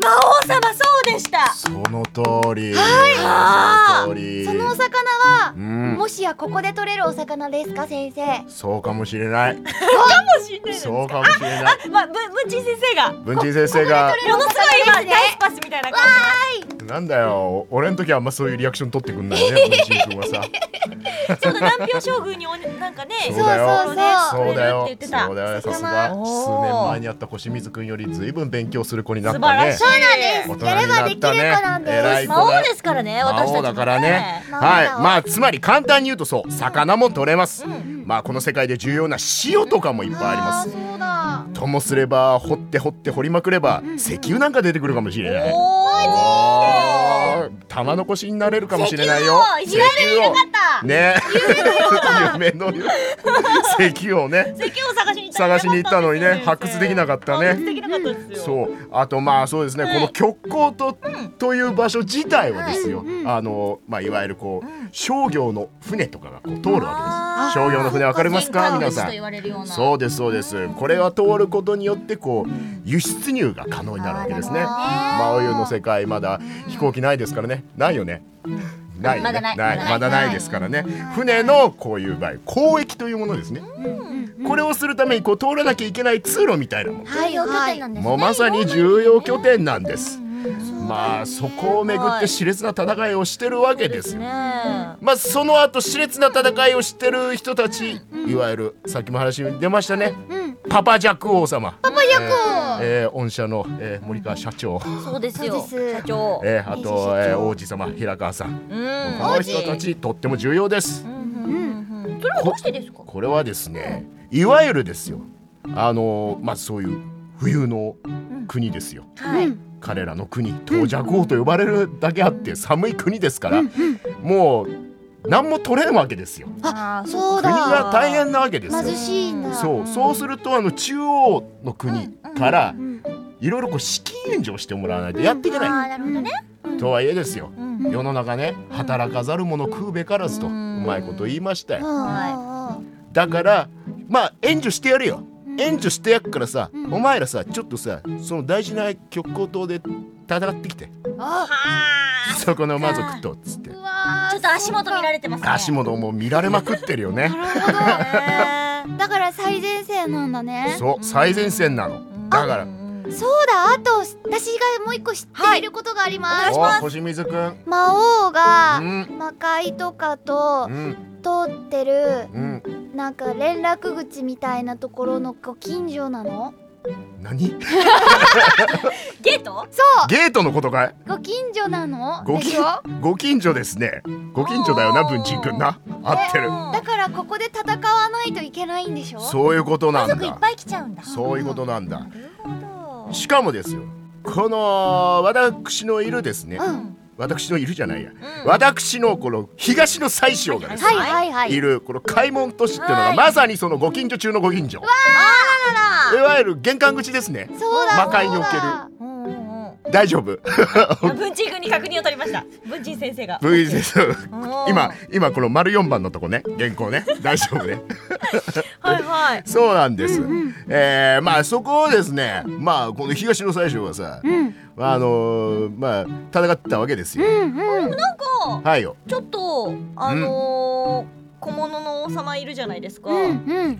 Speaker 10: 魔王様そうでした。
Speaker 9: その通り。はい。その通り。
Speaker 2: そのお魚は
Speaker 9: うん。
Speaker 2: もしやここで取れるお魚ですか先生
Speaker 9: そうかもしれない。
Speaker 10: かもしれない
Speaker 9: そうかもしれ
Speaker 10: <laughs>
Speaker 9: ない。
Speaker 10: まあ、ぶ、ぶんちん先生が。も
Speaker 9: 文珍先生が
Speaker 10: のすごい今、大スパスみたいな感
Speaker 9: なんだよ。俺の時はあんまそういうリアクション取ってくんない
Speaker 10: <laughs>
Speaker 9: ね。文珍くんはさ。
Speaker 10: じ。ちょうど南平将軍におね、なんかね。
Speaker 9: そう
Speaker 2: そう
Speaker 9: だよ
Speaker 2: そうそう
Speaker 9: そうだよ
Speaker 10: 取れるって言って。た
Speaker 9: そうだよ。さすが。
Speaker 10: 魚
Speaker 9: 数年前にあった星水くんよりずいぶん勉強する子になっ
Speaker 10: 素
Speaker 9: た
Speaker 10: 晴ら
Speaker 9: ね
Speaker 10: しい。。そうなん
Speaker 9: 大人に
Speaker 2: やれ
Speaker 9: な
Speaker 2: ば
Speaker 9: っ
Speaker 2: できる
Speaker 9: た
Speaker 2: 子
Speaker 9: ね
Speaker 2: なん
Speaker 9: 偉
Speaker 2: で
Speaker 9: い
Speaker 2: す
Speaker 9: 子だよ
Speaker 10: 魔王ですからね、私たち
Speaker 9: 魔
Speaker 10: も
Speaker 9: 王だからね。
Speaker 2: 魔王だ
Speaker 9: は
Speaker 2: わ
Speaker 9: い、まあつまり簡単に言うとそう、魚も取れます。
Speaker 10: ん
Speaker 9: まあこの世界で重要な塩とかもいっぱいありま
Speaker 2: あー
Speaker 9: す。
Speaker 2: そうだ
Speaker 9: ともすれば掘って掘って掘りまくれば石油なんか出てくるかもしれない。おー玉残しになれるかもしれないよ。
Speaker 10: 石油
Speaker 9: 石油を
Speaker 10: を
Speaker 9: ね。夢のよ石油をね
Speaker 10: 石油を探しに行った
Speaker 9: 探しに行ったのにね発掘できな
Speaker 10: っ
Speaker 9: かった
Speaker 10: 発掘
Speaker 9: ね。
Speaker 10: できなかったですよ。
Speaker 9: そうあとまあそうですね、
Speaker 10: はい
Speaker 9: この極光島という場所自体はですよ、あのまあいわゆるこう、商業の船とかがこう通るわけです商業の船わかりますか皆さんそうですそうですこれは通ることによってこう輸出入が可能になるわけですね真お湯の世界まだ飛行機ないですからねないよねないよね
Speaker 10: まだないまだない
Speaker 9: まだないですからね船のこういう場合交易というものですねこれをするためにこう通らなきゃいけない通路みたいなもの
Speaker 2: はいはい
Speaker 9: もうまさに重要拠点なんです。まあそこをめぐって熾烈な戦いをしてるわけですよ。
Speaker 10: ね
Speaker 9: まあその後熾烈な戦いをしてる人たち、いわゆるさっきも話に出ましたね、パパジャック王様、
Speaker 2: パパヤコ
Speaker 9: えー御社の、えー森川社長、
Speaker 10: えそうですよ。
Speaker 2: そうです
Speaker 10: 社長。
Speaker 9: えーあ
Speaker 2: 明治社
Speaker 9: と、
Speaker 2: 長
Speaker 9: えー王子様平川さん、
Speaker 10: うん。
Speaker 9: この人たちとっても重要です。
Speaker 10: それはどうしてですか。
Speaker 9: これはですね、いわゆるですよ、あのーまあそういう冬の国ですよ。
Speaker 10: はい。
Speaker 9: 彼らの国東弱王と呼ばれるだけあって寒い国ですから、もう何も取れんわけですよ
Speaker 10: あー
Speaker 2: そう
Speaker 9: 国
Speaker 2: だ
Speaker 9: が大変なわけですよ
Speaker 2: 貧しいんだ
Speaker 9: そうそうするとあの中央の国からいろいろこう資金援助をしてもらわないとやっていけない、
Speaker 2: なるほどね
Speaker 9: とはいえですよ、世の中ね働かざる者食うべからずとうまいこと言いましたよ、だからまあ援助してやるよ援助してやっからさ、お前らさちょっとさその大事な極光島で戦ってきてそこの魔族とっつって
Speaker 10: ちょっと足元見られてますね。
Speaker 9: 足元もう見られまくってるよね
Speaker 10: ね
Speaker 2: だから最前線なんだね
Speaker 9: そう最前線なのだから
Speaker 2: そうだあと私がもう一個知っていることがあります、
Speaker 9: お星水くん
Speaker 2: 魔王
Speaker 9: う
Speaker 2: が
Speaker 9: ん
Speaker 2: 魔界とかと
Speaker 9: うん
Speaker 2: 通ってる
Speaker 9: うん
Speaker 2: なんか連絡口みたいなところのご近所なの
Speaker 9: 何ゲ
Speaker 10: ゲート。
Speaker 9: ートのことかい
Speaker 2: ご近所なの
Speaker 9: ご
Speaker 2: で
Speaker 9: 近
Speaker 2: しょ
Speaker 9: ご近所ですねご近所だよな
Speaker 10: おー
Speaker 9: 文鎮くんな合ってる
Speaker 2: だからここで戦わないといけないんでしょ
Speaker 9: そういうことなん
Speaker 10: いっ
Speaker 9: だ
Speaker 10: ぱい来ちゃうんだ。
Speaker 9: そういうことなんだ
Speaker 10: う
Speaker 9: しかもですよこの私のいるですね、私のいるじゃないや、私のこの東の宰相がですね、
Speaker 2: はいはいはい
Speaker 9: いるこの開門都市っていうのが
Speaker 10: はい
Speaker 9: まさにそのご近所中のご近所いわゆる玄関口ですね
Speaker 2: そうだ
Speaker 9: 魔界におけ
Speaker 2: そう
Speaker 9: る
Speaker 10: んうんうん。
Speaker 9: 大丈
Speaker 10: <laughs>
Speaker 9: 夫
Speaker 10: あ文鎮君に確認を取りました。文鎮先生が。
Speaker 9: V 字です
Speaker 10: おー
Speaker 9: 今今この丸四番のとこね原稿ね大丈夫ね
Speaker 10: はいはい。
Speaker 9: そうなんです、えー、まあそこをですねまあこの東の宰相がさ、あのーまあ戦ってたわけですよ、
Speaker 10: なんか
Speaker 9: はいよ
Speaker 10: ちょっとあのー
Speaker 1: 小物の王様いるじゃないですか。
Speaker 2: うんう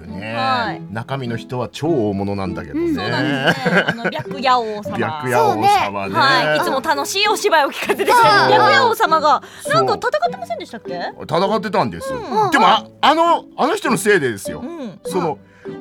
Speaker 2: ん
Speaker 9: ね、
Speaker 1: はい
Speaker 9: 中身の人は超大物なんだけどね、
Speaker 1: そうなんですね。あの白夜王様。
Speaker 9: 白夜王様ね
Speaker 1: はい、いつも楽しいお芝居を聞かせてて、白夜王様がなんか戦ってませんでしたっけ？
Speaker 9: 戦ってたんですよ、でもああのあの人のせいでですよ、
Speaker 1: うん。
Speaker 9: その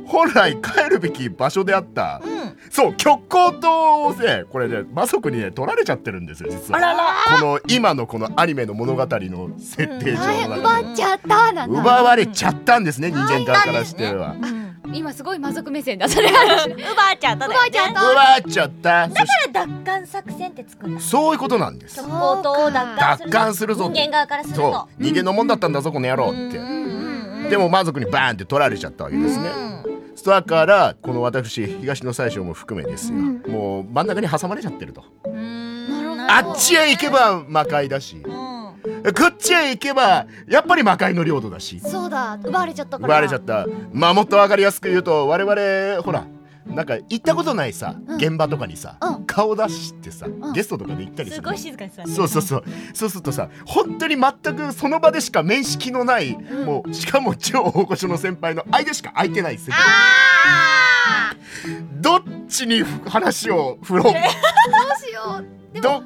Speaker 9: 本来帰るべき場所であった、
Speaker 1: ん
Speaker 9: そう極光島をねこれね魔族にね取られちゃってるんですよ実は
Speaker 1: あらら。
Speaker 9: この今のこのアニメの物語の設定上
Speaker 2: 大変
Speaker 9: の中で
Speaker 2: 奪っちゃったなんだ
Speaker 9: 奪われちゃったんですね人間側からしては
Speaker 1: う
Speaker 9: 奪
Speaker 1: ん。
Speaker 11: 今すごい魔族目線だそれ
Speaker 1: ウバーちゃんだよね。ウバーちゃんだ。
Speaker 9: っちゃったそし
Speaker 1: 奪還作戦って作るんだ。
Speaker 9: そういうことなんです
Speaker 1: そことを奪還する。
Speaker 9: 奪還するぞ
Speaker 1: 人間側からする
Speaker 9: そ
Speaker 1: と。
Speaker 9: う人間のもんだったんだぞこの野郎って
Speaker 1: うんうんうん。
Speaker 9: でも魔族にバーンって取られちゃったわけですねだからこの私東の最小も含めですよもう真ん中に挟まれちゃってると
Speaker 1: うん。
Speaker 9: あっちへ行けば魔界だし
Speaker 1: うん。
Speaker 9: こっちへ行けばやっぱり魔界の領土だ
Speaker 2: <laughs>
Speaker 9: し
Speaker 2: そうだ奪われちゃったから
Speaker 9: 奪われちゃったまあもっと分かりやすく言うと我々ほらなんか行ったことないさ、
Speaker 2: うん
Speaker 9: 現場とかにさ、
Speaker 2: うん
Speaker 9: 顔出してさ、
Speaker 2: ん
Speaker 9: ゲストとかで行ったりす
Speaker 1: す
Speaker 9: る
Speaker 1: ごい静かに座る。
Speaker 9: そうそうそうそうするとさ本当に全くその場でしか面識のない、もうしかも超大御所の先輩の相手しか空いてない世界どっちに話を振ろう
Speaker 2: どうしよ
Speaker 9: ど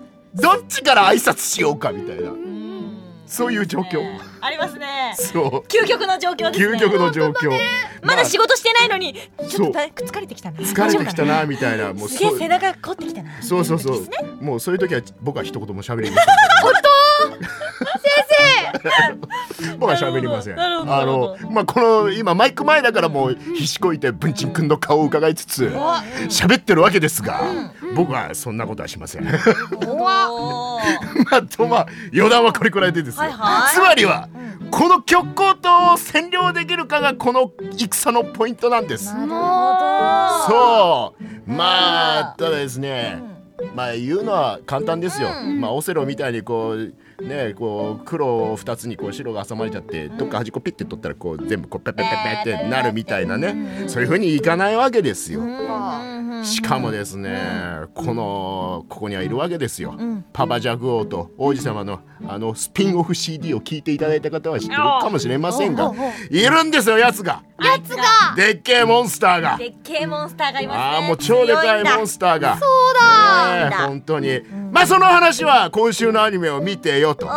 Speaker 9: どっちから挨拶しようかみたいな
Speaker 1: うん。
Speaker 9: そういう状況、
Speaker 1: ねありますね。
Speaker 9: そう
Speaker 1: 究極の状況ですね。
Speaker 9: 究極の状況、
Speaker 1: まだ仕
Speaker 9: 事
Speaker 1: 事してないのに、ちょっと
Speaker 9: そ
Speaker 1: だ疲れてきたな。
Speaker 9: 疲れてきた
Speaker 1: な。
Speaker 9: なみたいなもう
Speaker 1: すげえ
Speaker 9: そう
Speaker 1: 背中凝ってきたな。
Speaker 9: そうそうそう、
Speaker 1: ですね
Speaker 9: もうそういう時は僕は一言も喋
Speaker 1: <laughs>
Speaker 9: りません。先 <laughs> 生。僕は喋りません。
Speaker 1: なるほどな
Speaker 9: あ
Speaker 1: るほど
Speaker 9: のまあこの今マイク前だからもうひしこいて文鎮くんの顔を伺いつつ喋ってるわけですが、僕はそんなことはしません。
Speaker 1: おー
Speaker 9: まあとまあ余談はこれくらいでですよ。
Speaker 1: はいはい
Speaker 9: つまりは。この極光島を占領できるかがこの戦のポイントなんです。
Speaker 2: うも
Speaker 9: そうまあただですね、まあ言うのは簡単ですよ、まあオセロみたいにこうねこう黒を2つにこう白が挟まれちゃってどっか端っこピッて取ったらこう全部こうペペペペってなるみたいなねそういうふうにいかないわけですよ。しかもですねこのここにはいるわけですよ、パパジャグ王と王子様のあのスピンオフ CD を聞いていただいた方は知ってるかもしれませんがいるんですよやつが
Speaker 2: やつが
Speaker 9: でっけえモンスターが
Speaker 1: でっけえモンスターがいますね。
Speaker 9: ああもう超でかいモン
Speaker 1: ス
Speaker 9: スターが
Speaker 2: そうだ
Speaker 9: ねえ本当にまあその話は今週のアニメを見てよとそ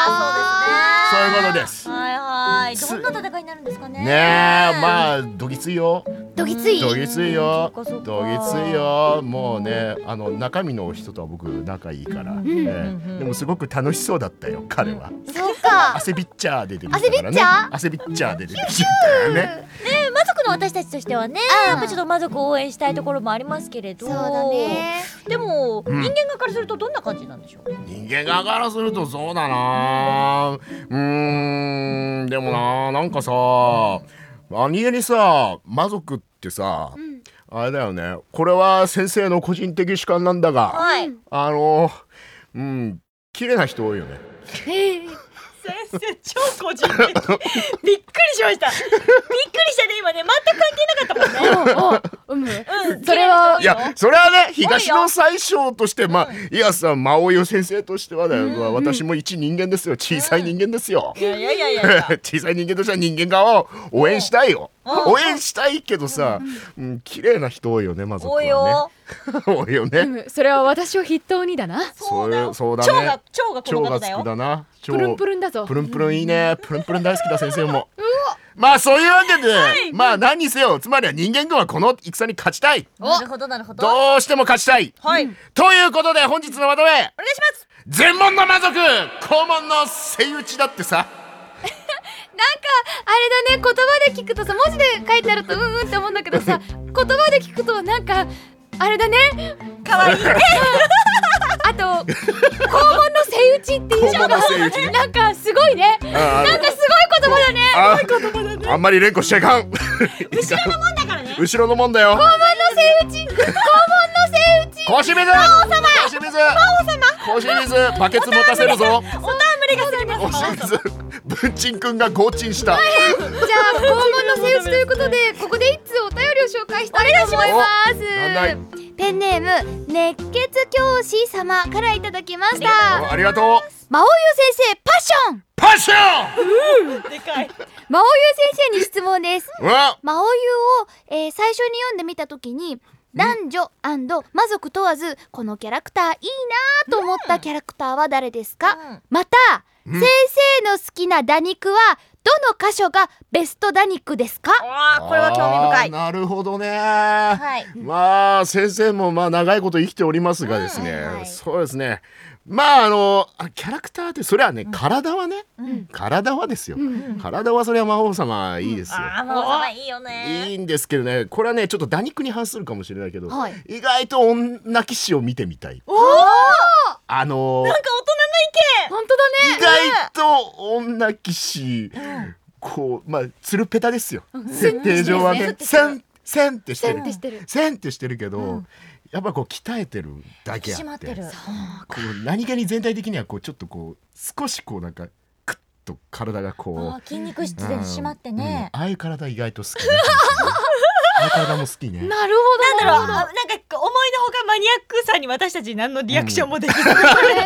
Speaker 1: あ
Speaker 9: ういうことで
Speaker 1: ーそうです
Speaker 9: す
Speaker 1: ね。はいはい。どんな戦いになるんですかね。
Speaker 9: ねえまあどぎついよ
Speaker 2: どぎつい
Speaker 9: どぎついよ
Speaker 1: そっかそっか
Speaker 9: どぎついよもうねあの中身の人とは僕仲いいから、ええでもすごく楽しそうだったよ彼は、
Speaker 2: そうか
Speaker 9: 汗びっちゃーで出てきたからね汗びっちゃーで出てきちゃったから <laughs> ね
Speaker 1: え魔族の私たちとしてはね、やっぱちょっと魔族を応援したいところもありますけれど。
Speaker 2: そうだね
Speaker 1: でも、
Speaker 9: ん
Speaker 1: 人間側からするとどんな感じなんでしょう。
Speaker 9: 人間側からするとそうだなうーんでもななんかさアニエにさ魔族ってさ、あれだよねこれは先生の個人的主観なんだが、
Speaker 1: はい。 <laughs>
Speaker 9: あのうん綺麗な人多いよね
Speaker 1: 先生超個人的びっくりしましたびっくりしたね今ね全く関係なかったもんね
Speaker 11: うん
Speaker 1: うん
Speaker 11: それはい
Speaker 9: やそれはね東の最小としてまあいやさ真尾湯先生としてはだよ、まあ私も一人間ですよ小さい人間ですよ、
Speaker 1: いやいやいやいやいや
Speaker 9: <laughs>
Speaker 1: <laughs>
Speaker 9: 小さい人間としては人間側を応援したいよ。応援したいけどさ、うん、綺麗な人多いよね、まず、ね。
Speaker 1: おいよ
Speaker 9: <laughs> 多いよね。
Speaker 11: うんそれは私を筆頭にだな
Speaker 9: そうだそうだ
Speaker 1: 蝶が
Speaker 9: ね。
Speaker 1: 蝶がこ
Speaker 9: 超
Speaker 1: の
Speaker 9: が
Speaker 1: 方だ
Speaker 9: つ
Speaker 1: よ
Speaker 9: くだな。超
Speaker 11: プルンプルンだぞ
Speaker 9: プルンプルンいいね。プルンプルン大好きだ先生も。まあそういうわけで、まあ何にせよ、つまりは人間軍はこの戦に勝ちたい。
Speaker 1: なるほどなるほどお
Speaker 9: どうしても勝ちたい。
Speaker 1: はい
Speaker 9: ということで本日のまとめ、
Speaker 1: 願いします
Speaker 9: 全門の魔族、肛門のセイウチだってさ。
Speaker 11: なんかあれだね言葉で聞くとさ文字で書いてあるとうんうんって思うんだけ
Speaker 9: <laughs>
Speaker 11: どさ言葉で聞くとなんかあれだね
Speaker 1: 可愛い
Speaker 11: <laughs> あと肛門のセイウチっていうの
Speaker 9: 肛門のセイウチ
Speaker 11: がなんかすごいね
Speaker 9: あ
Speaker 11: なんかすごい言葉だね
Speaker 9: ああんまり連呼しちゃいかん。後ろの門だからね。後ろの門だよ。
Speaker 11: 肛門のセイウチ肛門のセイウチ
Speaker 9: 腰水。腰水。腰水。バケツ持たせるぞ。
Speaker 1: おたわむれがするんです
Speaker 9: 腰水。文鎮くんが強鎮した。
Speaker 11: じゃあ肛門のセイウチということでここで一通お便りを紹介したいと思います
Speaker 9: お願いし
Speaker 2: ペンネーム熱血教師様からいただきました
Speaker 9: ありがとう
Speaker 2: 魔王優先生パッション
Speaker 9: パッショ
Speaker 1: でかい
Speaker 2: 魔王優先生に質問
Speaker 9: <laughs>
Speaker 2: です
Speaker 9: ンうわ
Speaker 2: 魔王優を、えー最初に読んでみた時に男女魔族問わずこのキャラクターいいなと思ったキャラクターは誰ですか、また先生の好きな打肉はどの箇所がベスト打肉ですか
Speaker 1: あーこれは興味深い
Speaker 9: あーなるほどね <laughs> まあ先生もまあ長いこと生きておりますがですね、そうですねまああのあキャラクターってそれはね体はね、体はですよ、体はそれは魔王様いいですよ、
Speaker 1: あもうそばいいよ
Speaker 9: いいんですけどねこれはねちょっと打肉に反するかもしれないけど、
Speaker 2: はい
Speaker 9: 意外と女騎士を見てみたいあのー
Speaker 2: 本当だね
Speaker 9: 意外と女騎士、こうまあつるペタですよ、設定上はねせんせんってしてるせんってしてるけど、やっぱこう鍛えてるだけあってこう何気に全体的にはこうちょっとこう少しこうなんかクッと体がこう
Speaker 10: 筋肉質
Speaker 9: うん
Speaker 10: って
Speaker 9: うんああいう体意外と
Speaker 2: <laughs>
Speaker 9: 好きねああいう体も好きね
Speaker 2: なるほど
Speaker 1: なんだろうあなんか思いのほかマニアックさに私たち何のリアクションもでき <laughs> ず、
Speaker 2: そうだね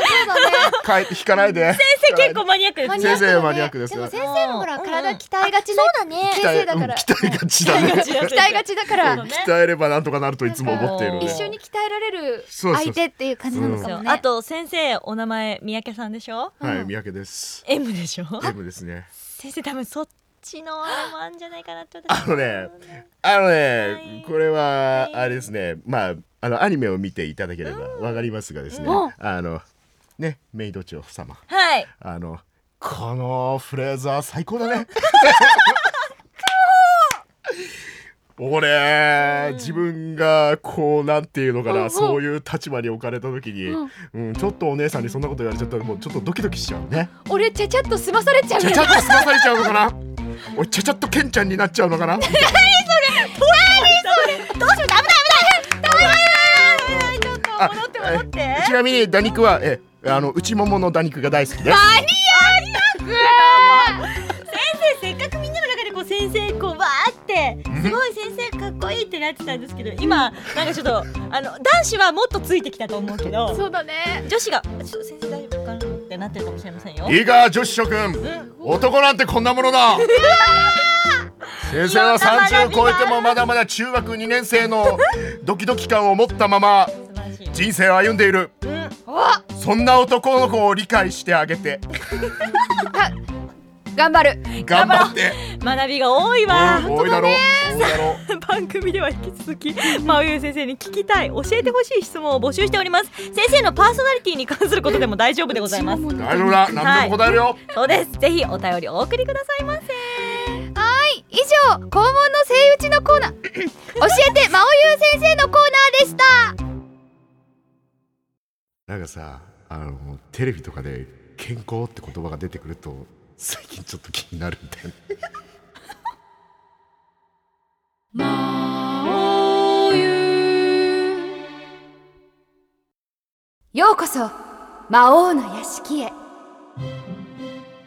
Speaker 9: かえ引かないで。
Speaker 1: 先生結構マニアックです
Speaker 2: マニ
Speaker 1: ね
Speaker 2: アックだね
Speaker 9: 先生マニアックです
Speaker 2: でも先生もほら体鍛えがちな
Speaker 10: そうだね
Speaker 2: 先生だから
Speaker 9: 鍛えうん鍛えがちだ
Speaker 2: <laughs>
Speaker 9: ね。
Speaker 2: 鍛えがちだから
Speaker 1: そうね
Speaker 9: 鍛えればなんとかなるといつも思っているね。
Speaker 2: 一緒に鍛えられる
Speaker 9: そうそうそう
Speaker 2: 相手っていう感じなのか
Speaker 1: そ
Speaker 2: も
Speaker 1: う
Speaker 2: ね
Speaker 1: あと先生お名前三宅さんでしょ
Speaker 9: はい、三宅です。
Speaker 1: M でしょ
Speaker 9: M ですね。
Speaker 1: 先生多分そっちのあれもあんじゃないかなって私
Speaker 9: あのね
Speaker 1: 思うね
Speaker 9: あの
Speaker 1: い
Speaker 9: ね、これはあれですね。まああのアニメを見ていただければわかりますがですね。あのねメイド長様、
Speaker 1: はい
Speaker 9: あのこのフレーズは最高だ <laughs> ね。俺、自分がこうなんていうのかな、そういう立場に置かれた時に、うん、ちょっとお姉さんにそんなこと言われちゃったらもうちょっとドキドキしちゃうね。
Speaker 2: 俺ちゃちゃっと済まされちゃう
Speaker 9: ちゃちゃっと済まされちゃうのかなおいちゃちゃっとケンちゃんになっ <laughs> ちゃうのかなみたいなあえちなみに打肉はえあの内ももの打肉が大好きです
Speaker 1: せっかくみんなの中でこう先生こうわーってすごい先生かっこいいってなってたんですけど今なんかちょっとあの男子はもっとついてきたと思うけど
Speaker 2: そうだね
Speaker 1: 女子が「ちょっと先生大丈夫かな?」ってなってるかもしれませんよ。
Speaker 9: いいか女子諸君、男なんてこんなものだ先生は30超えてもまだまだ中学2年生のドキドキ感を持ったまま
Speaker 1: 素晴らしい
Speaker 9: 人生を歩んでいる、そんな男の子を理解してあげて
Speaker 2: 頑張る
Speaker 9: 頑張って
Speaker 1: 学びが多いわ
Speaker 9: うん多いだろう多いだろう
Speaker 1: 番組では引き続き真上先生に聞きたい教えてほしい質問を募集しております先生のパーソナリティに関することでも大丈夫でございます
Speaker 9: 大丈夫だ何でも答えるよ、
Speaker 1: そうですぜひお便りお送りくださいませ
Speaker 2: はい以上肛門のセイウチのコー
Speaker 11: <coughs>
Speaker 2: ナー教えて真央優先生のコーナーでした
Speaker 9: なんかさあのテレビとかで健康って言葉が出てくると最近ちょっと気になるみたいな
Speaker 2: ようこそ魔王の屋敷へ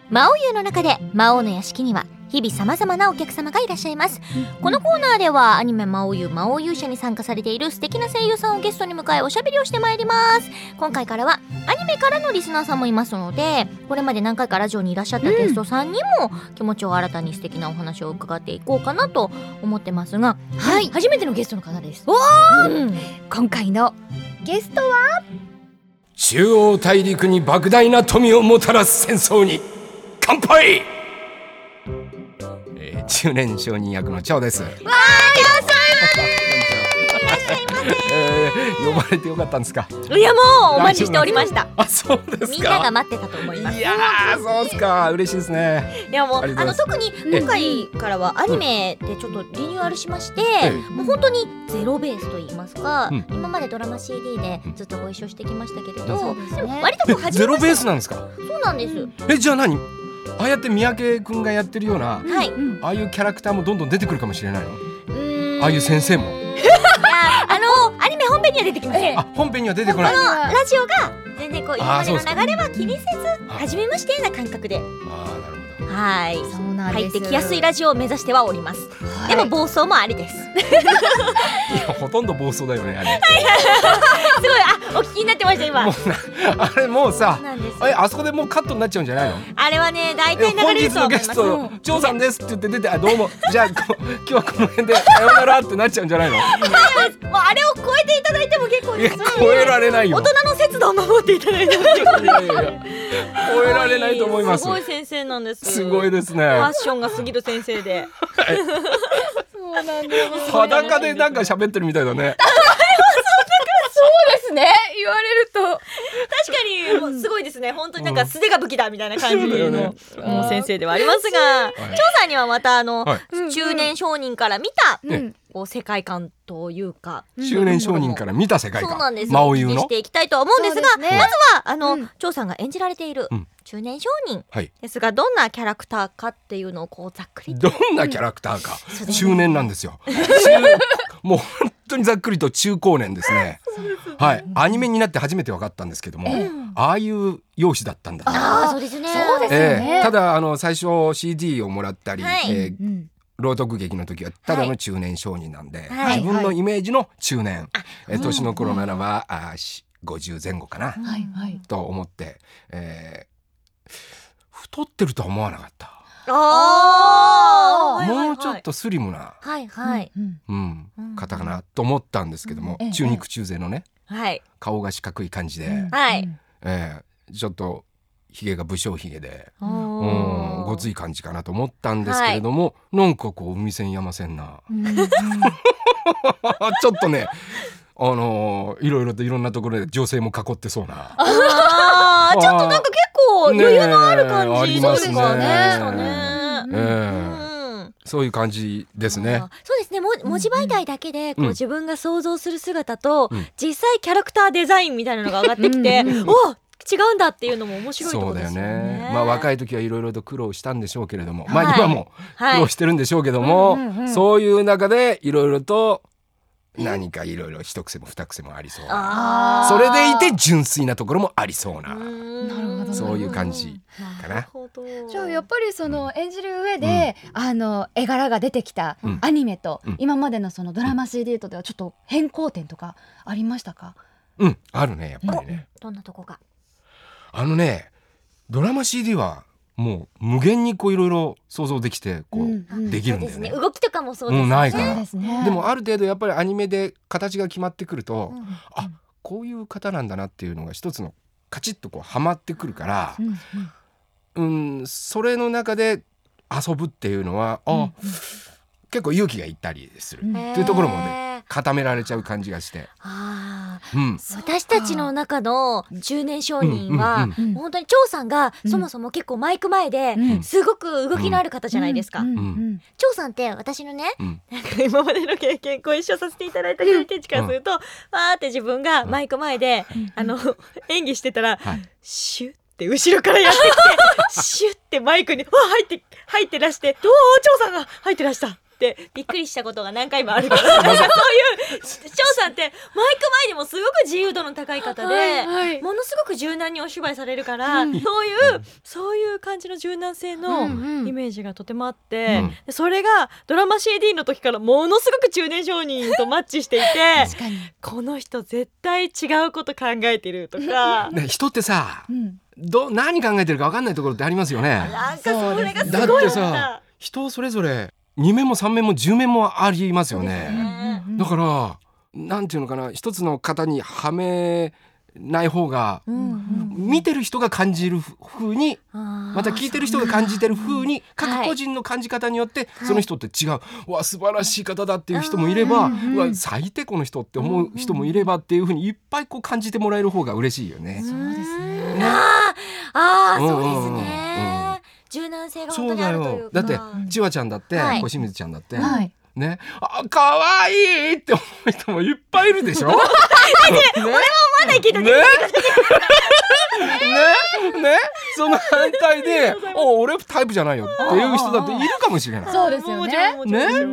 Speaker 10: 魔王湯の中で魔王の屋敷には日々様々なお客様がいらっしゃいます。このコーナーではアニメ魔王湯魔王勇者に参加されている素敵な声優さんをゲストに迎えおしゃべりをしてまいります。今回からはアニメからのリスナーさんもいますので、これまで何回かラジオにいらっしゃったゲストさんにも気持ちを新たに素敵なお話を伺っていこうかなと思ってますが、はい、初めてのゲストの方です。うん
Speaker 2: 今回のゲストは
Speaker 12: 中央大陸に莫大な富をもたらす戦争に乾杯、えー中年承認役の長ですわーいらっしゃいませいらっしゃいませ、えー呼ばれてよかったんですか
Speaker 1: いやもうお待ちしておりました
Speaker 12: あそうですか
Speaker 10: みんなが待ってたと思います。
Speaker 12: いやーそうですか嬉しいですね
Speaker 10: いやもう
Speaker 12: ありが
Speaker 10: あ
Speaker 12: とうご
Speaker 10: の
Speaker 12: ざい
Speaker 10: 特に今回からはアニメでちょっとリニューアルしまして、
Speaker 12: ええ
Speaker 10: もう本当にゼロベースと言いますか、
Speaker 12: うん
Speaker 10: 今までドラマ CD でずっとご一緒してきましたけれど、
Speaker 12: そ
Speaker 10: でも割とこう
Speaker 12: え
Speaker 10: 初
Speaker 12: ゼ
Speaker 10: め
Speaker 12: ロ
Speaker 10: ま
Speaker 12: ベー
Speaker 10: して
Speaker 12: スなんですか
Speaker 10: そうなんです、
Speaker 12: えじゃあ何ああやって三宅くんがやってるような
Speaker 10: はい、
Speaker 12: ああいうキャラクターもどんどん出てくるかもしれないの
Speaker 10: ーん
Speaker 12: ああいう先生も
Speaker 10: いや <laughs> あのアニメ本編には出てきません
Speaker 12: あ本編には出てこない
Speaker 10: ラジオが全然こう今までの
Speaker 12: あそうです
Speaker 10: 流れは気にせず
Speaker 12: はい
Speaker 10: 初めましてな感覚で
Speaker 12: ああなるほど
Speaker 10: <laughs> はい
Speaker 11: そうなん
Speaker 10: 入
Speaker 11: で
Speaker 10: っ
Speaker 11: す
Speaker 10: てきやすいラジオを目指してはおります、でも暴走もありですす
Speaker 12: いやほとんど暴走だよねあれ
Speaker 10: ごいあお聞きになってました今
Speaker 12: もうなあれもうさ
Speaker 10: なんです
Speaker 12: あれあそこでもうカットになっちゃうんじゃないの
Speaker 10: あれはね大
Speaker 12: え
Speaker 10: 体
Speaker 12: 本
Speaker 10: 流れ
Speaker 12: 日
Speaker 10: るとは
Speaker 12: の
Speaker 10: 思
Speaker 12: ゲ
Speaker 10: い
Speaker 12: ス
Speaker 10: ます
Speaker 12: トジョーさんですって言って出てあどう
Speaker 10: <laughs>
Speaker 12: もじゃあこ今日はこの辺でさようならってなっちゃうんじゃな
Speaker 10: <laughs>
Speaker 12: いのい
Speaker 10: もうあれを超えていただいても結構で
Speaker 12: や
Speaker 10: す
Speaker 12: 超えられないよ
Speaker 10: 大人の節度を守っていただいても
Speaker 12: いやいやいや超えられないと思います
Speaker 1: すごい先生なんです
Speaker 12: すごいです
Speaker 1: ファ
Speaker 12: ね
Speaker 1: ッションが過ぎる先生
Speaker 12: <laughs>
Speaker 1: で
Speaker 12: 裸でなんか喋ってるみたいだね
Speaker 11: ですね言われると
Speaker 1: 確かにもうすごいですね本当になんか素手が武器だみたいな感じ
Speaker 12: そうだよね
Speaker 1: のもう先生ではありますが張さんにはまたあの
Speaker 12: はい
Speaker 1: 中年商人から見
Speaker 12: ね
Speaker 1: たこう世界観というか
Speaker 12: 中年商人から見た世界
Speaker 10: そう
Speaker 12: 観
Speaker 10: なんです
Speaker 12: 真
Speaker 10: よお
Speaker 12: 央
Speaker 10: 聞
Speaker 12: 優
Speaker 10: きし
Speaker 12: の
Speaker 10: ていきたいとは思うんですが
Speaker 2: そうですね
Speaker 10: まずはあの、
Speaker 2: うん
Speaker 10: 張さんが演じられている
Speaker 12: うん
Speaker 10: 中年商人
Speaker 12: はい
Speaker 10: ですがどんなキャラクターかっていうのをこうざっくりと
Speaker 12: どんなキャラクターか中年なんで
Speaker 10: <laughs>
Speaker 12: すよ中もう本当にざっくりと中高年ですねはいアニメになって初めて分かったんですけどもああいう容姿だったんだな
Speaker 10: ああそうですねそうです
Speaker 12: ええただあの最初 CD をもらったり、
Speaker 10: はい
Speaker 12: ええ朗読劇の時はただの中年商人なんで、
Speaker 10: はい
Speaker 12: 自分のイメージの中年、ええ年の頃ならば、ああし50前後かな、
Speaker 11: はいはい
Speaker 12: と思って、ええ太ってるとは思わなかった、
Speaker 10: あ
Speaker 1: はいはいはい
Speaker 12: もうちょっとスリムな、
Speaker 10: ーはいはい
Speaker 11: うん
Speaker 12: うん
Speaker 10: うん
Speaker 12: 方かなと思ったんですけども、
Speaker 11: うんええ
Speaker 12: 中肉中背のね
Speaker 10: はい
Speaker 12: 顔が四角い感じで、
Speaker 11: うん
Speaker 10: はい
Speaker 12: ええちょっとひげが武将ひげで。
Speaker 10: う
Speaker 12: うん、ごつ
Speaker 10: い
Speaker 12: い感じかなと思ったんですけれども、なんかこう海線山線な <laughs> ちょっとねあのーいろいろといろんなところで女性も囲ってそうな
Speaker 10: あ
Speaker 12: <laughs>
Speaker 10: ーちょっとなんか結構余裕のある感
Speaker 12: ねえあ
Speaker 10: じ
Speaker 12: り
Speaker 10: と
Speaker 12: ま
Speaker 10: か
Speaker 12: すね
Speaker 10: ね
Speaker 12: ええそういう感じですね
Speaker 10: あー。そうですね。も文字媒体だけでこう、
Speaker 12: うん
Speaker 10: 自分が想像する姿と、
Speaker 12: うん
Speaker 10: 実際キャラクターデザインみたいなのが上がってきて、お違うんだっていうのも面白いところ
Speaker 12: そうだ
Speaker 10: で
Speaker 12: よ
Speaker 10: すよ
Speaker 12: ね
Speaker 10: ね。。
Speaker 12: まあ若い時はいろいろと苦労したんでしょうけれども、
Speaker 10: はい
Speaker 12: まあ今も苦
Speaker 10: は
Speaker 12: 労
Speaker 10: い。
Speaker 12: してるんでしょうけども、
Speaker 11: うんうんうん
Speaker 12: そういう中でいろいろと何かいろいろ一癖も二癖もありそうな
Speaker 10: あ
Speaker 12: それでいて純粋なところもありそう
Speaker 1: う
Speaker 12: な、
Speaker 1: ん
Speaker 11: なるほど
Speaker 12: そういう感じかな。
Speaker 11: じゃあやっぱりその演じる上で、あの絵柄が出てきた
Speaker 12: うん
Speaker 11: アニメと、
Speaker 12: うん
Speaker 11: 今までのそのドラマ CD とではちょっと変更点とかありましたか、
Speaker 12: うん、あるね、やっぱりね。
Speaker 10: どんなとこが。
Speaker 12: あのね、ドラマ CD はもう無限にこういろいろ想像できて、こう、
Speaker 11: うんうん
Speaker 12: できるんだ
Speaker 10: そう
Speaker 12: よ
Speaker 10: です
Speaker 12: ね。
Speaker 10: ね動きとかもそうです
Speaker 12: う
Speaker 10: ね。
Speaker 12: ん、ないか
Speaker 11: そう
Speaker 12: ら
Speaker 11: で。すね
Speaker 12: でもある程度やっぱりアニメで形が決まってくると、
Speaker 10: うん
Speaker 12: あこういう方なんだなっていうのが一つのカチッとこうはまってくるから
Speaker 11: う、んうん
Speaker 12: うん、それの中で遊ぶっていうのは、あ、結構勇気がいったりする、
Speaker 11: うん
Speaker 12: っていうところも
Speaker 10: ね。
Speaker 12: 固められちゃう感じがして、
Speaker 10: あー
Speaker 12: うん、
Speaker 10: 私たちの中の中年商人
Speaker 12: うんう
Speaker 10: は
Speaker 12: ん、
Speaker 11: うん
Speaker 10: 本当に張さんがそもそも結構マイク前で
Speaker 11: うん
Speaker 10: すごく動きのある方じゃないですか
Speaker 11: う。んうん
Speaker 10: 張さんって私のね
Speaker 12: うん、
Speaker 1: 今までの経験ご一緒させていただいた経験値からすると、わーって自分がマイク前で、あの演技してたら、
Speaker 12: はい
Speaker 1: シュッて後ろからやって
Speaker 12: <laughs>
Speaker 1: きてシュッてマイクにわー入って入ってらしておお張さんが入ってらしたってびっくりしたことが何回もあ
Speaker 12: <laughs>
Speaker 1: るからそういう張さんってマイク前にもすごく自由度の高い方で。
Speaker 11: はい
Speaker 1: ものすごく柔軟にお芝居されるから、そういう、そういう感じの柔軟性のイメージがとてもあって、
Speaker 12: うん
Speaker 1: でそれがドラマ CD の時からものすごく中年商人とマッチしていて
Speaker 11: 確かに、
Speaker 1: この人絶対違うこと考えてると
Speaker 11: <laughs>
Speaker 1: か
Speaker 12: ね人ってさ、
Speaker 11: うん
Speaker 12: ど何考えてるか分かんないところってありますよね。
Speaker 1: なんかそれがす
Speaker 12: だっ
Speaker 1: ごい
Speaker 12: て
Speaker 1: な
Speaker 12: さ人それぞれ2面も3面も10面もありますよね。
Speaker 11: うんうん
Speaker 12: だからなんていうのかな一つの型にはめない方が見てる人が感じる風にま
Speaker 10: ま
Speaker 12: た聞いてる人が感じてる風に各個人の感じ方によってその人って違う、うわ素晴らしい方だっていう人もいれば、うわ最低この人って思う人もいればっていう風にいっぱいこう感じてもらえる方が嬉しいよね。
Speaker 11: そうですね
Speaker 10: あーあー、そうで
Speaker 12: うんうんうん
Speaker 10: す
Speaker 12: うん
Speaker 10: ね。柔軟性が本当
Speaker 12: そう
Speaker 10: に
Speaker 12: だ
Speaker 10: あるという
Speaker 12: よ
Speaker 10: か。
Speaker 12: だって千和ちゃんだって、
Speaker 10: はい
Speaker 12: 小清水ちゃんだって、
Speaker 11: はい
Speaker 12: ね、あ、可愛いって思う人もいっぱいいるで
Speaker 10: <laughs>
Speaker 12: しょ。ね、俺はまだけどね。ね、ね、その反対
Speaker 10: <laughs>
Speaker 12: で、お、俺タイプじゃないよっていう人だっているかもしれない。
Speaker 11: そうですよね
Speaker 1: もちろんもちろんもちろん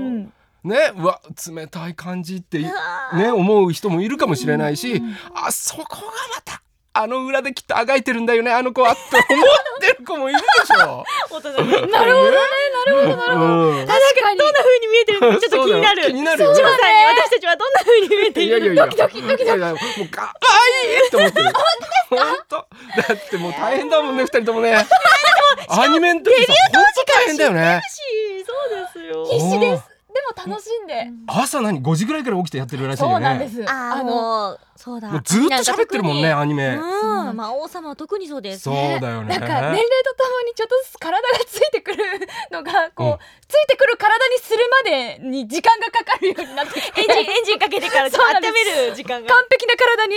Speaker 11: うん
Speaker 12: ね、うわ、冷たい感じって、ね、思う人もいるかもしれないし、あ、そこがまたあの裏できっとあがいてるんだよねあの子はって思ってる子もいるでしょ
Speaker 10: 大人に
Speaker 12: <laughs> なるほどねなるほどなるほど、う
Speaker 10: 確
Speaker 12: ん
Speaker 10: かにどんな風に見えてるのかちょっと気になる
Speaker 12: そうだよ気になるよね
Speaker 10: ジョーさんに私たちはどんな風に見えてい
Speaker 12: いや
Speaker 10: る
Speaker 12: いやいや、いやいやもうかわいいって思ってる。本当だってもう大変だもんね、二人ともね。アニメの時さ、本当大変だよね。
Speaker 10: しそうですよ
Speaker 12: 必死です。
Speaker 11: でも楽しんで。
Speaker 12: 朝何5時ぐらいから起きてやってるらしい
Speaker 11: そ
Speaker 12: よ
Speaker 11: うなんで
Speaker 12: ね。
Speaker 11: す。
Speaker 1: あ
Speaker 11: あの、
Speaker 1: のそうだ
Speaker 12: もうずっと喋ってるもんね、アニ
Speaker 1: う
Speaker 12: メ。
Speaker 1: ん魔王様は特にそうです
Speaker 12: そうだよ
Speaker 11: な
Speaker 12: ね。
Speaker 11: んか年齢とともにちょっとずつ体がついてくるのが、こう、ついてくる体にするまでに時間がかかるようになってきて。
Speaker 10: エンジンエンジンかけてからちょっと温める時間が
Speaker 11: 完璧な体に。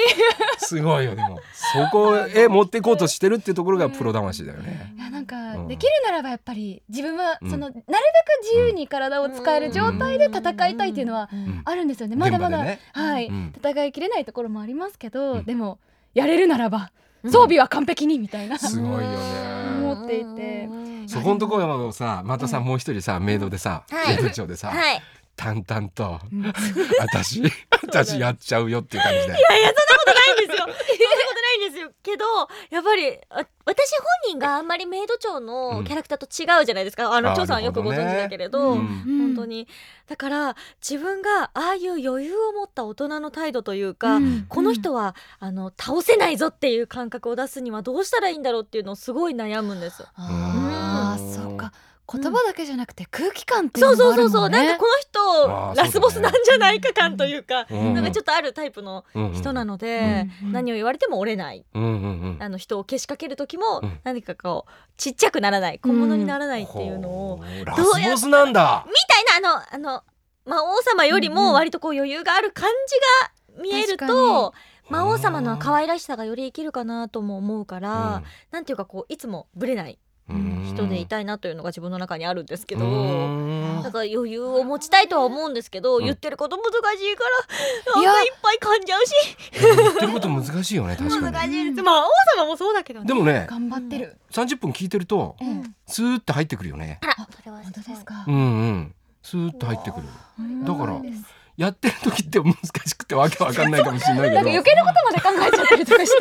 Speaker 12: すごいよ、でも。そこへ持っていこうとしてるっていうところがプロ魂だよね
Speaker 11: い。やなん
Speaker 12: う
Speaker 11: か
Speaker 12: ん
Speaker 11: できるならばやっぱり自分は
Speaker 12: うん
Speaker 11: そのなるべく自由に体を使える状態で戦いたいっていうのは
Speaker 12: ん
Speaker 11: あるんですよねまだまだ、
Speaker 1: <laughs>
Speaker 12: 現場でね
Speaker 11: はい、
Speaker 12: うん
Speaker 11: 戦いきれないところもありますけど、
Speaker 12: うん
Speaker 11: でもやれるならば装備は完璧にみたいな、
Speaker 12: すごいよね。
Speaker 11: 思っていて
Speaker 12: そこのところをさ、またさ、もう一人さ、メイドでさ、
Speaker 1: はい
Speaker 12: 宿長でさ、
Speaker 1: はい
Speaker 12: 淡々と「
Speaker 1: <laughs>
Speaker 12: 私私やっちゃうよ」っていう感じで
Speaker 10: いやそんなことないんですよそんなことないんですよけどやっぱりあ
Speaker 1: 私本人があんまりメイド長
Speaker 12: う
Speaker 1: の
Speaker 12: ん
Speaker 1: キャラクターと違うじゃないですかあ
Speaker 12: あ
Speaker 1: の
Speaker 12: ー
Speaker 1: 長さんはよくご存知だけれど
Speaker 12: なるほどね
Speaker 11: う
Speaker 1: 本
Speaker 11: ん
Speaker 1: 当にだから自分がああいう余裕を持った大人の態度というか、
Speaker 11: うん
Speaker 1: この人は、あの倒せないぞっていう感覚を出すにはどうしたらいいんだろうっていうのをすごい悩むんです。
Speaker 11: あーそうか言葉だけじゃなくて空気感っていう
Speaker 1: そう
Speaker 11: の
Speaker 1: そう
Speaker 11: もあ
Speaker 1: そ
Speaker 11: る
Speaker 1: うそ
Speaker 11: も
Speaker 1: う、
Speaker 11: ん
Speaker 1: なん
Speaker 11: ね
Speaker 1: かこの人、
Speaker 12: あー
Speaker 1: ラスボスなんじゃないか感というか、
Speaker 12: うん
Speaker 1: なんかちょっとあるタイプの人なので、
Speaker 11: うん
Speaker 1: 何を言われても折れない。
Speaker 12: うんうんうん
Speaker 1: あの人をけしかける時も
Speaker 12: うん
Speaker 1: 何かこうちっちゃくならない小物にならないっていうのを、
Speaker 12: ほ
Speaker 1: み
Speaker 12: うラスボスなんだ
Speaker 1: たいなあのあの魔王様よりも割とこう余裕がある感じが見える
Speaker 11: 確か
Speaker 1: と魔王様の可愛らしさがより生きるかなとも思うから、なんていうかこういつもブレない人でいたいなというのが自分の中にあるんですけ
Speaker 12: け
Speaker 1: ど。 <laughs> なんか余裕を持ちたいとは思うんですけど、
Speaker 12: ん
Speaker 1: 言ってること難しいからな
Speaker 11: いや
Speaker 1: んかいっぱい噛んじゃうし
Speaker 12: 言ってること難しいよね確かに
Speaker 10: まあ王様もそうだけどね
Speaker 12: でもね
Speaker 11: 頑張ってる、
Speaker 12: 30分聞いてると
Speaker 11: ええ
Speaker 12: スーッと入ってくるよね
Speaker 1: それは
Speaker 11: 本当ですか
Speaker 12: う、んうんスーッと入ってくるだからやってる時って難しくてわけわかんないかもしれない
Speaker 11: なんか
Speaker 12: け
Speaker 11: 余
Speaker 12: ど
Speaker 11: 計なことまで考えちゃったりとかし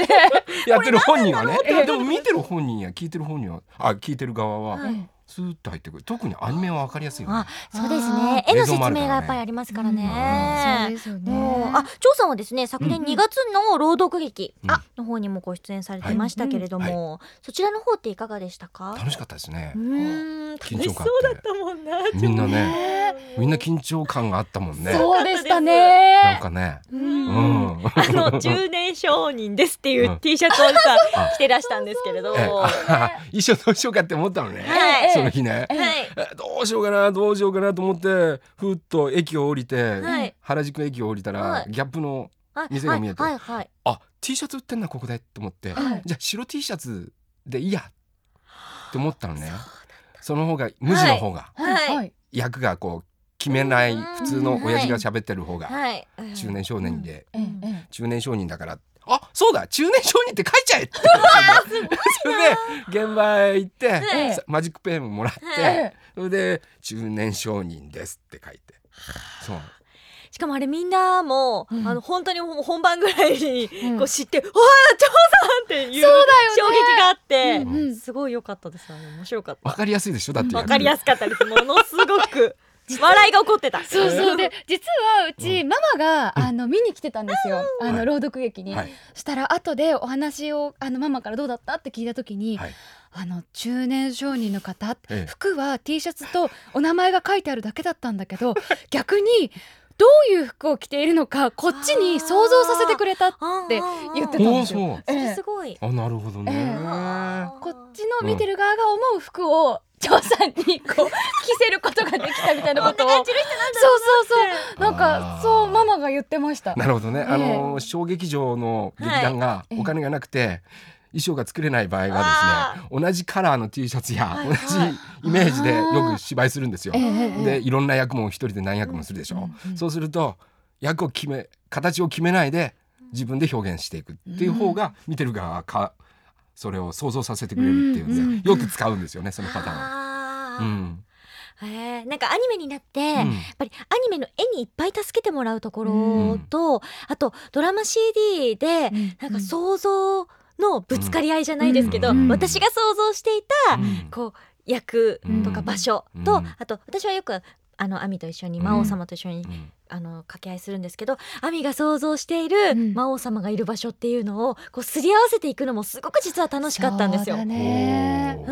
Speaker 11: て
Speaker 12: やってる本人はね
Speaker 11: ろうって
Speaker 12: でも見てる本人や聞いてる本人はあ聞いてる側は
Speaker 11: はい
Speaker 12: スーッと入ってくる特にアニメはわかりやすいよね
Speaker 1: あそうです
Speaker 11: あ
Speaker 1: ね絵の
Speaker 12: 映
Speaker 1: 説
Speaker 12: 像もあるか
Speaker 1: 明
Speaker 12: らね
Speaker 1: がやっぱりありますから
Speaker 11: そう
Speaker 1: ね
Speaker 11: で。すよね
Speaker 1: もうあ張さんはですね昨年
Speaker 12: うん
Speaker 1: 2月の朗読劇
Speaker 12: うん
Speaker 1: あの方にもご出演されてましたけれど
Speaker 12: はい
Speaker 1: も、そちらの方っていかがでしたか？
Speaker 12: 楽しかったですね
Speaker 1: うーん
Speaker 10: 美
Speaker 12: 緊
Speaker 10: 味し
Speaker 12: 張
Speaker 10: そ
Speaker 12: 感
Speaker 10: う
Speaker 12: あ
Speaker 10: だ
Speaker 12: っ
Speaker 10: ったもんな
Speaker 12: てみんなねみんな緊張感があったもんね
Speaker 11: そうでした
Speaker 12: なん
Speaker 11: ね。
Speaker 12: かね
Speaker 10: うん
Speaker 12: うん
Speaker 10: あの中年商人ですって
Speaker 12: <laughs>
Speaker 10: いううん T シャツをさ着てらしたんですけれど
Speaker 12: ええあ一緒どうしようかって思ったのね
Speaker 1: はい
Speaker 12: その日ね
Speaker 11: ええ
Speaker 1: はい
Speaker 12: えどうしようかなどうしようかなと思ってふっと駅を降りて
Speaker 1: はい
Speaker 12: 原宿駅を降りたら
Speaker 1: はい
Speaker 12: ギャップの
Speaker 1: はい
Speaker 12: 店が見えて
Speaker 1: はいはい
Speaker 12: あ T シャツ売ってんなここでと思って
Speaker 11: はい
Speaker 12: じゃあ白 T シャツでいいやって思ったのねその方が無地の方が
Speaker 1: はい
Speaker 11: はい。
Speaker 12: 役がこう決めない
Speaker 1: うん
Speaker 12: 普通の親父が喋ってる方が
Speaker 1: はい
Speaker 12: 中年少年で
Speaker 11: えええ
Speaker 12: 中年商人だからあそうだ中年商人って書いちゃえってそれで現場へ行って、
Speaker 11: え
Speaker 12: さマジックペンもらって、
Speaker 11: ええ
Speaker 12: それで「中年商人です」って書いてそう
Speaker 1: しかもあれみんなも、
Speaker 11: うん
Speaker 1: あの本当にほん本番ぐらいに
Speaker 11: うん
Speaker 1: こう知って「わあ張さん!」っていう衝
Speaker 11: よね
Speaker 1: 撃があって、
Speaker 11: うんうん
Speaker 1: すごい良かったですあれ面白かっ
Speaker 12: わ
Speaker 1: た。
Speaker 12: かりやすいでしょだって
Speaker 10: わかりや
Speaker 12: す
Speaker 10: すかったですものすご
Speaker 1: <laughs>
Speaker 10: く笑いが起こってた
Speaker 11: そうそうで実はうちママがあの見に来てたんですよあ
Speaker 12: は
Speaker 11: の
Speaker 12: い
Speaker 11: 朗読劇に
Speaker 12: はい
Speaker 11: したら後でお話をあのママからどうだったって聞いた時に
Speaker 12: はい
Speaker 11: あの中年商人の方
Speaker 12: ええ
Speaker 11: 服は T シャツとお名前が書いてあるだけだったんだけ
Speaker 12: <laughs>
Speaker 11: ど逆にどういう服を着ているのかこっちに想像させてくれたって
Speaker 1: あー
Speaker 11: 言ってたん
Speaker 12: おお
Speaker 11: で
Speaker 12: ー
Speaker 11: すよ。
Speaker 12: そう
Speaker 11: え
Speaker 1: それ
Speaker 11: え
Speaker 1: すごい。
Speaker 12: あなるほどね、
Speaker 11: ええ
Speaker 1: あー
Speaker 11: こっちの見てる側が思う服を長さんにこう着せることができたみたいな
Speaker 10: <laughs>
Speaker 11: ことをそうそうそうなん
Speaker 12: あ
Speaker 11: か
Speaker 12: ー
Speaker 11: そうママが言ってました
Speaker 12: なるほどね、
Speaker 11: ええ
Speaker 12: あの小劇場の劇団が
Speaker 11: い
Speaker 12: お金がなくて、衣装が作れない場合はですね同じカラーの T シャツや
Speaker 1: い
Speaker 12: 同じイメージで
Speaker 11: あー
Speaker 12: よく芝居するんですよ
Speaker 11: ええ。ええ
Speaker 12: でいろんな役も一人で何役もするでしょ、そうすると役を決め形を決めないで自分で表現していくっていう方が見てる側はかそれを想像させてくれるっていう
Speaker 11: うん
Speaker 12: んでよく使うんですよねそのパターンを。
Speaker 1: あ
Speaker 12: う
Speaker 1: ー
Speaker 12: ん
Speaker 1: へーなんかアニメになって、
Speaker 12: う
Speaker 1: やっ
Speaker 12: ん
Speaker 1: ぱりアニメの絵にいっぱい助けてもらうところと、あとドラマ CD でなんか想像
Speaker 10: のぶつかり合いじゃないですけど、
Speaker 12: うん
Speaker 10: 私が想像していた、
Speaker 12: うん
Speaker 10: こう役とか場所
Speaker 12: う
Speaker 10: と、
Speaker 12: ん
Speaker 10: あと私はよくあのアミと一緒に魔王様と一緒に、
Speaker 12: うん
Speaker 10: あの掛け合いするんですけどアミが想像してい
Speaker 2: うん
Speaker 10: る魔王様がいる場所っていうのをこうすり合わせていくのもすごく実は楽しかったんですよ。
Speaker 2: そううんだね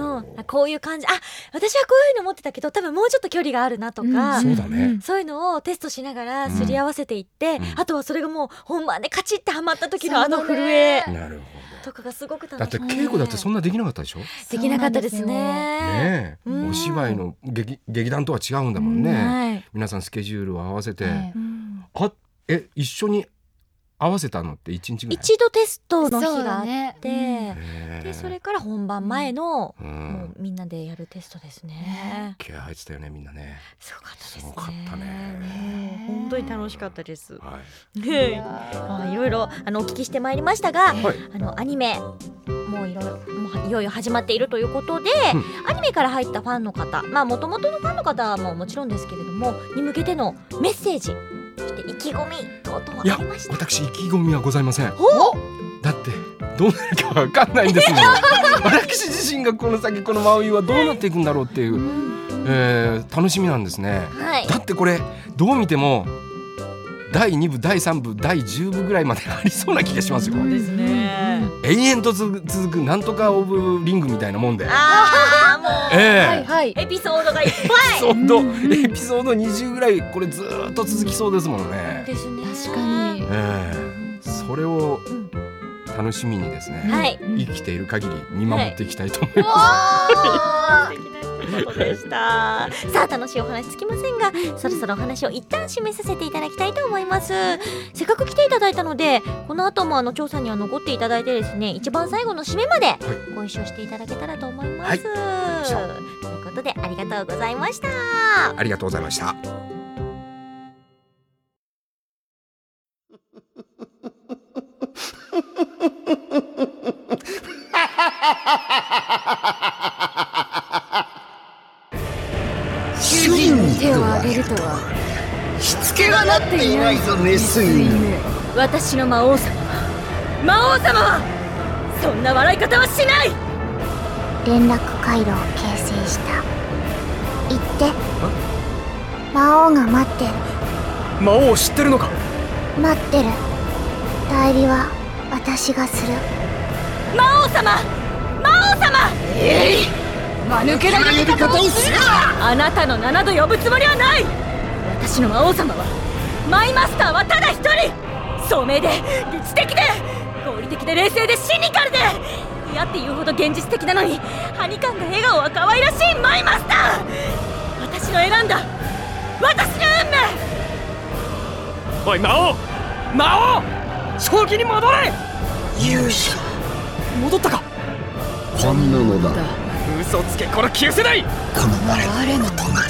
Speaker 10: こういう感じあ私はこういうふうに思ってたけど多分もうちょっと距離があるなとか、
Speaker 12: そうだね
Speaker 10: そういうのをテストしながらすり合わせていって、
Speaker 12: うん
Speaker 10: あとはそれがもう本番でカチッてはまった時の
Speaker 2: そ
Speaker 10: あ
Speaker 2: うだね
Speaker 10: の震え
Speaker 12: なるほ
Speaker 10: とかがすごく
Speaker 12: ど
Speaker 10: 楽
Speaker 12: だ
Speaker 10: し
Speaker 12: って
Speaker 10: い
Speaker 12: 稽古だってそんなできなかったでしょ
Speaker 10: できなかったですね。
Speaker 12: ねえ
Speaker 10: うん
Speaker 12: お芝居の劇劇団とは違うんだもんね
Speaker 10: はい、
Speaker 12: 皆さんスケジュールを合わせて
Speaker 2: ね
Speaker 12: あえ一緒に合わせたのって一日ぐらい
Speaker 10: 一度テストの日
Speaker 2: そう
Speaker 10: があ
Speaker 2: だ
Speaker 10: っ
Speaker 2: ね
Speaker 10: て、
Speaker 12: ねえ
Speaker 10: でそれから本番前の、も
Speaker 12: う
Speaker 10: うんみんなでやるテストですね。
Speaker 12: 気合入ってたよねみんなね
Speaker 10: すごかったです
Speaker 12: す
Speaker 10: ね。
Speaker 12: ごかったね
Speaker 10: もう本当に楽しかったです。
Speaker 12: はい
Speaker 10: はいまあいろいろあのお聞きしてまいりましたが、
Speaker 12: はい
Speaker 10: あのアニメもういろいろもういよいよ始まっているということで、アニメから入ったファンの方、まあ元々のファンの方ももちろんですけれどもに向けてのメッセージ、そして意気込み等々
Speaker 12: い
Speaker 10: は
Speaker 12: や
Speaker 10: ありました。
Speaker 12: 私意気込みはございません
Speaker 10: お、
Speaker 12: だってどうなるかわかんないんですもん <laughs> 私自身がこの先このマウイはどうなっていくんだろうっていう、えー楽しみなんですね
Speaker 10: はい。
Speaker 12: だってこれどう見ても第2部第3部第10部ぐらいまでありそうな気がしますよ
Speaker 10: ですね。
Speaker 12: 永遠と続く続くなんとかオブリングみたいなもんで
Speaker 10: ああ <laughs> も
Speaker 12: ええ
Speaker 11: はいはい。
Speaker 10: うエピソードがいっぱい。
Speaker 12: エピソードエピソード20ぐらいこれずーっと続きそうですものね
Speaker 10: ですね。
Speaker 11: 確かに。
Speaker 12: ええそれを
Speaker 10: ん
Speaker 12: 楽しみにですね、
Speaker 10: はい。
Speaker 12: 生きている限り見守っていきたいと思います、 <laughs>
Speaker 10: 素敵な一言でしたさあ楽しいお話つきませんがそろそろお話を一旦締めさせていただきたいと思いますせっかく来ていただいたのでこの後もあの調査には残っていただいてですね一番最後の締めまでご一緒していただけたらと思います、ということでありがとうございました
Speaker 12: ありがとうございました
Speaker 11: 主人に手を挙げるとはしつけがなっていないぞメス犬
Speaker 1: 私の魔王様は魔王様はそんな笑い方はしない
Speaker 13: 連絡回路を形成した行って魔王が待ってる
Speaker 5: 魔王を知ってるのか
Speaker 13: 待ってる代理は私がする
Speaker 1: 魔王様魔王様
Speaker 11: 間抜けな呼び方をする
Speaker 1: あなたの七度呼ぶつもりはない私の魔王様はマイマスターはただ一人聡明で理知的で合理的で冷静でシニカルで嫌って言うほど現実的なのにはにかんだ笑顔は可愛らしいマイマスター私の選んだ私の運命
Speaker 5: おい魔王魔王正気に戻れ勇者戻ったか
Speaker 14: こんなのだ
Speaker 5: 嘘つけこの旧世代
Speaker 14: この我
Speaker 11: 我の手が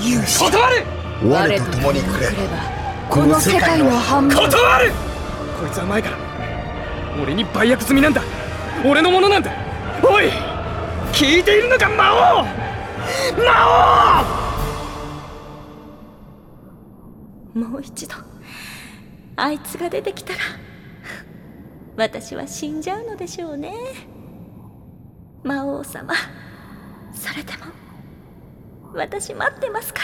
Speaker 14: 勇者
Speaker 5: 断る
Speaker 14: 我と共にくれ
Speaker 11: 来れば
Speaker 14: こ
Speaker 11: この世界の半分
Speaker 5: 断るこいつは前から俺に売約済みなんだ俺のものなんだおい聞いているのか魔王魔王
Speaker 1: もう一度あいつが出てきたら私は死んじゃうのでしょうね魔王様それでも私待ってますか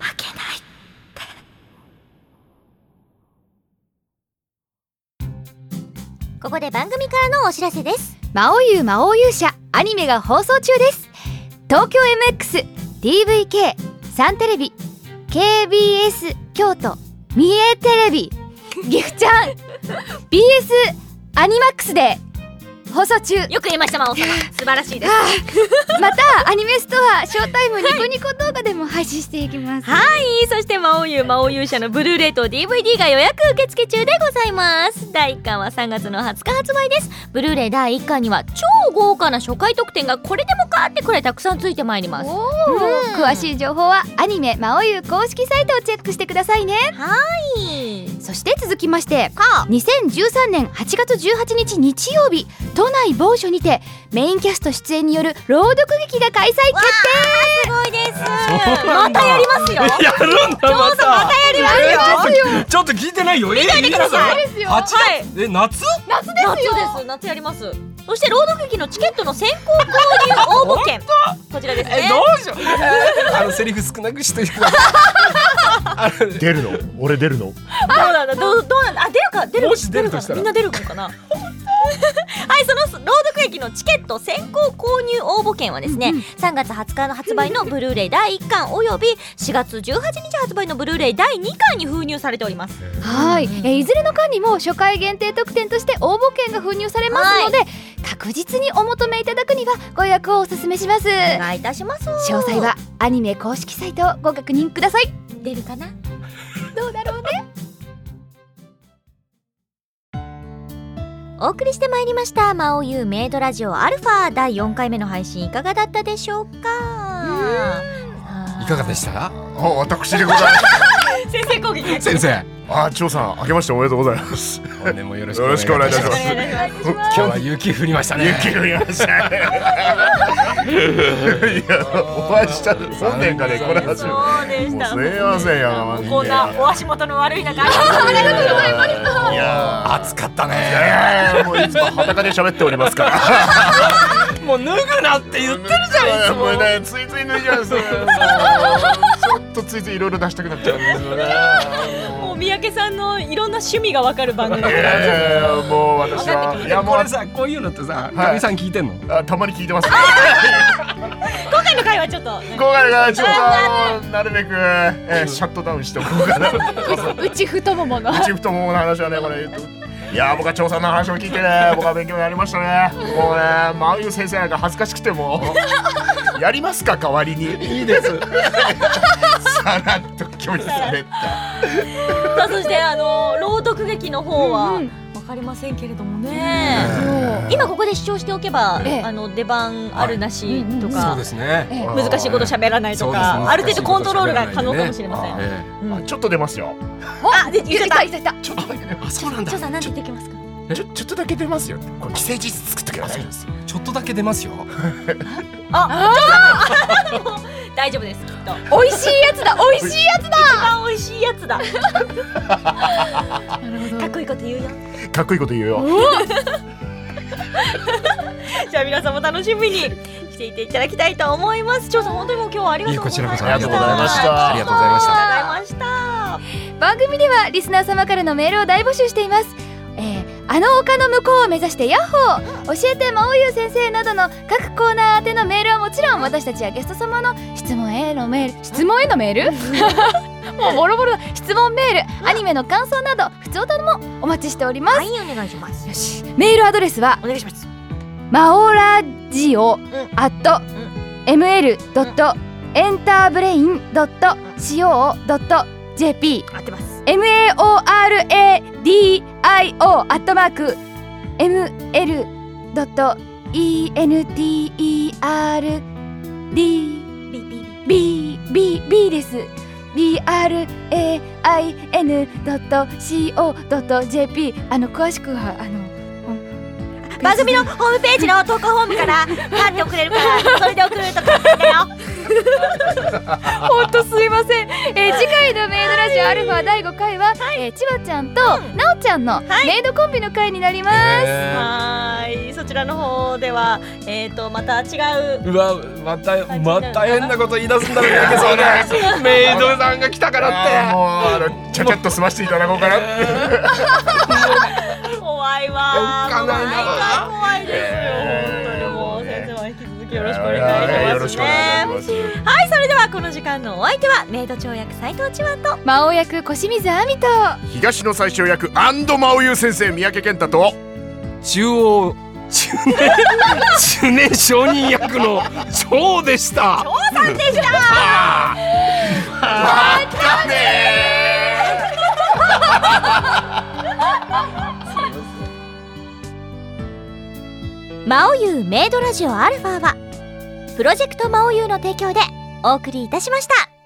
Speaker 1: ら負けない
Speaker 13: ここで番組からのお知らせです
Speaker 2: 魔王優魔王勇者アニメが放送中です東京 MX DVK サンテレビ KBS 京都三重テレビギフちゃん BS アニマックスで放送中
Speaker 1: よく言いました魔王様素晴らしいです
Speaker 2: またアニメストアショータイムニコニコ動画でも配信していきます、
Speaker 1: はいそして魔王優魔王勇者のブルーレイと DVD が予約受付中でございます第1巻は3月の20日発売ですブルーレイ第1巻には超豪華な初回特典がこれでもかってくらいたくさんついてまいります
Speaker 2: うん詳しい情報はアニメ魔王優公式サイトをチェックしてくださいねそして続きまして2013年8月18日日曜日都内某所にてメインキャスト出演による朗読劇が開催決定
Speaker 1: すごいですまたやりますよ
Speaker 12: やるんだまた
Speaker 1: やりま
Speaker 12: ちょっと聞いてないよ。見ないでください。八月え夏？
Speaker 1: 夏です夏やりますそして朗読劇のチケットの先行購入応募券こちらですね
Speaker 12: えどうしよう。えーあのセリフ少なくしといてくださ
Speaker 9: 出るの俺出るの
Speaker 1: どうなんだどうどうなんだあ出るか出る
Speaker 12: もし出ると
Speaker 1: か
Speaker 12: した
Speaker 1: なみ
Speaker 12: ら
Speaker 1: んな出るのかな <laughs> はいその朗読劇のチケット先行購入応募券はですね、3月20日の発売のブルーレイ第1巻および4月18日発売のブルーレイ第2巻に封入されております
Speaker 2: はい、えーいずれの間にも初回限定特典として応募券が封入されますので、確実にお求めいただくにはご予約をお勧めします
Speaker 1: お願いいたします
Speaker 2: 詳細はアニメ公式サイトをご確認ください
Speaker 1: 出るかな
Speaker 2: どうだろうね
Speaker 1: お送りしてまいりました「魔王ゆうメイドラジオアルファ第4回目の配信いかがだったでしょうか
Speaker 12: い。いかがでした？
Speaker 9: あ私でございます
Speaker 1: 先生 <laughs> 攻撃
Speaker 12: 先生。
Speaker 9: あ張さん明けましておめでとうござい <laughs> ます
Speaker 12: 本年もよろしく
Speaker 9: よろしくお願いいたします
Speaker 12: 今日は雪降りましたね。
Speaker 9: 雪降りましたねいやお会いしたの本年かねこれ初めて
Speaker 1: そうでした
Speaker 9: もうすいません山
Speaker 1: もう
Speaker 9: 本
Speaker 1: こんなお足元の悪い中ありがとうございます
Speaker 9: いやー
Speaker 12: 暑かった
Speaker 9: い
Speaker 12: ね。
Speaker 9: やいやもういつも裸で喋っておりますから。
Speaker 12: もう脱ぐなって言ってるじゃん。いつも
Speaker 9: もうね、ついつい脱いじゃうんですよ。もうちょっとついついいろいろ出したくなっちゃうんですよね。
Speaker 1: もう三宅さんのいろんな趣味がわかる番組
Speaker 9: いやいやもう私は、いやも
Speaker 12: こ
Speaker 9: う
Speaker 12: れさこういうのってさかみさん聞いてんの？
Speaker 9: あたまに聞いてます。
Speaker 1: 今回の回はちょっと
Speaker 9: 今回がちょっとなるべく、えーシャットダウンしておこう
Speaker 1: <laughs>
Speaker 9: かな。
Speaker 2: <laughs> うち太ももの
Speaker 9: チフトモモの話はねこれ言うと。いやー僕は調査の話を聞いてね僕は勉強になりましたねもうね真由先生なんか恥ずかしくて
Speaker 1: <laughs>
Speaker 9: もうやりますか代わりにいい
Speaker 12: <laughs>
Speaker 9: ですさらっと拒否された
Speaker 1: さあそしてあの朗読劇の方はわかりませんけれどもね今ここで視聴しておけば
Speaker 2: ええ
Speaker 1: あの出番あるなし
Speaker 2: はい
Speaker 1: と
Speaker 12: そう
Speaker 1: か
Speaker 12: ですね。
Speaker 2: え
Speaker 1: 難しいこと喋らないと
Speaker 12: そうです
Speaker 1: か
Speaker 12: ね
Speaker 1: ある程度コントロールが可能かもしれません
Speaker 12: え
Speaker 1: うん
Speaker 9: あちょっと出ますよ
Speaker 1: あで言っちゃった
Speaker 2: いたいた
Speaker 9: ちょっとだけ
Speaker 12: えあそうなんだ
Speaker 1: 調。査何て言ってきますか
Speaker 9: ちょちょっとだけ出ますよこれ既成事実作っとけば大丈夫ですよ
Speaker 12: ちょっとだけ出ますよ。
Speaker 1: 大丈夫ですきっと一
Speaker 2: 美味しいやつだ美味しいやつだ
Speaker 1: 番美味しいやつだかっこいいこと言うよ
Speaker 9: かっこいいこと言うよ
Speaker 1: じゃあ皆さんも楽しみにしていていただきたいと思います調査本当にもう今日はありがとうございました
Speaker 12: いえこちらこそありがとうございましたありがとうございました。
Speaker 1: ありがとうございました
Speaker 2: 番組ではリスナー様からのメールを大募集しています、えーあの丘の向こうを目指してヤッホー教えてまおゆう先生などの各コーナー宛てのメールはもちろん私たちやゲスト様の質問へのメール質問へのメール <laughs> もうボロボロだ質問メールアニメの感想など普通歌もお待ちしております、
Speaker 1: はいお願いします
Speaker 2: よしメールアドレスは
Speaker 1: お願いします
Speaker 2: マオラジオ at ml.enterbrain.co.jp
Speaker 1: 合ってます
Speaker 2: maoradio アットマーク ml.enterb b b b です brain.co.jp あの詳しくはあのうん
Speaker 1: 番組のホームページの投稿フォームから貼って送れるからそれで送るとかだよ
Speaker 2: ほんとすいません、えー次回のメイドラジオアルファ第5回は、えー千葉ちゃんとなおちゃんのメイドコンビの回になります、
Speaker 12: <laughs> え
Speaker 1: はーいそちらの方ではえっ、ー、とまた違う
Speaker 12: ーうわまたまた変なこと言い出すんだろう <laughs> ねそうね。メイドさんが来たから
Speaker 9: あー
Speaker 12: って。
Speaker 9: もうあのちゃちゃっと済ませていただこうかな
Speaker 1: 怖いわ
Speaker 12: いや
Speaker 1: ー
Speaker 12: 浮かないな
Speaker 1: 毎回怖いですよ本当にもう先生は引き続きよろしくお願いしますね
Speaker 9: よろしくお願いします
Speaker 1: はいそれではこの時間のお相手はメイド長役斉藤千和と
Speaker 2: 魔王役小清水亜美と
Speaker 9: 東の最小役アンドマオユ先生三宅健太と
Speaker 12: 中央中年中年承認役の長でした。
Speaker 10: 魔王優メイドラジオアルファはプロジェクト魔王優の提供でお送りいたしました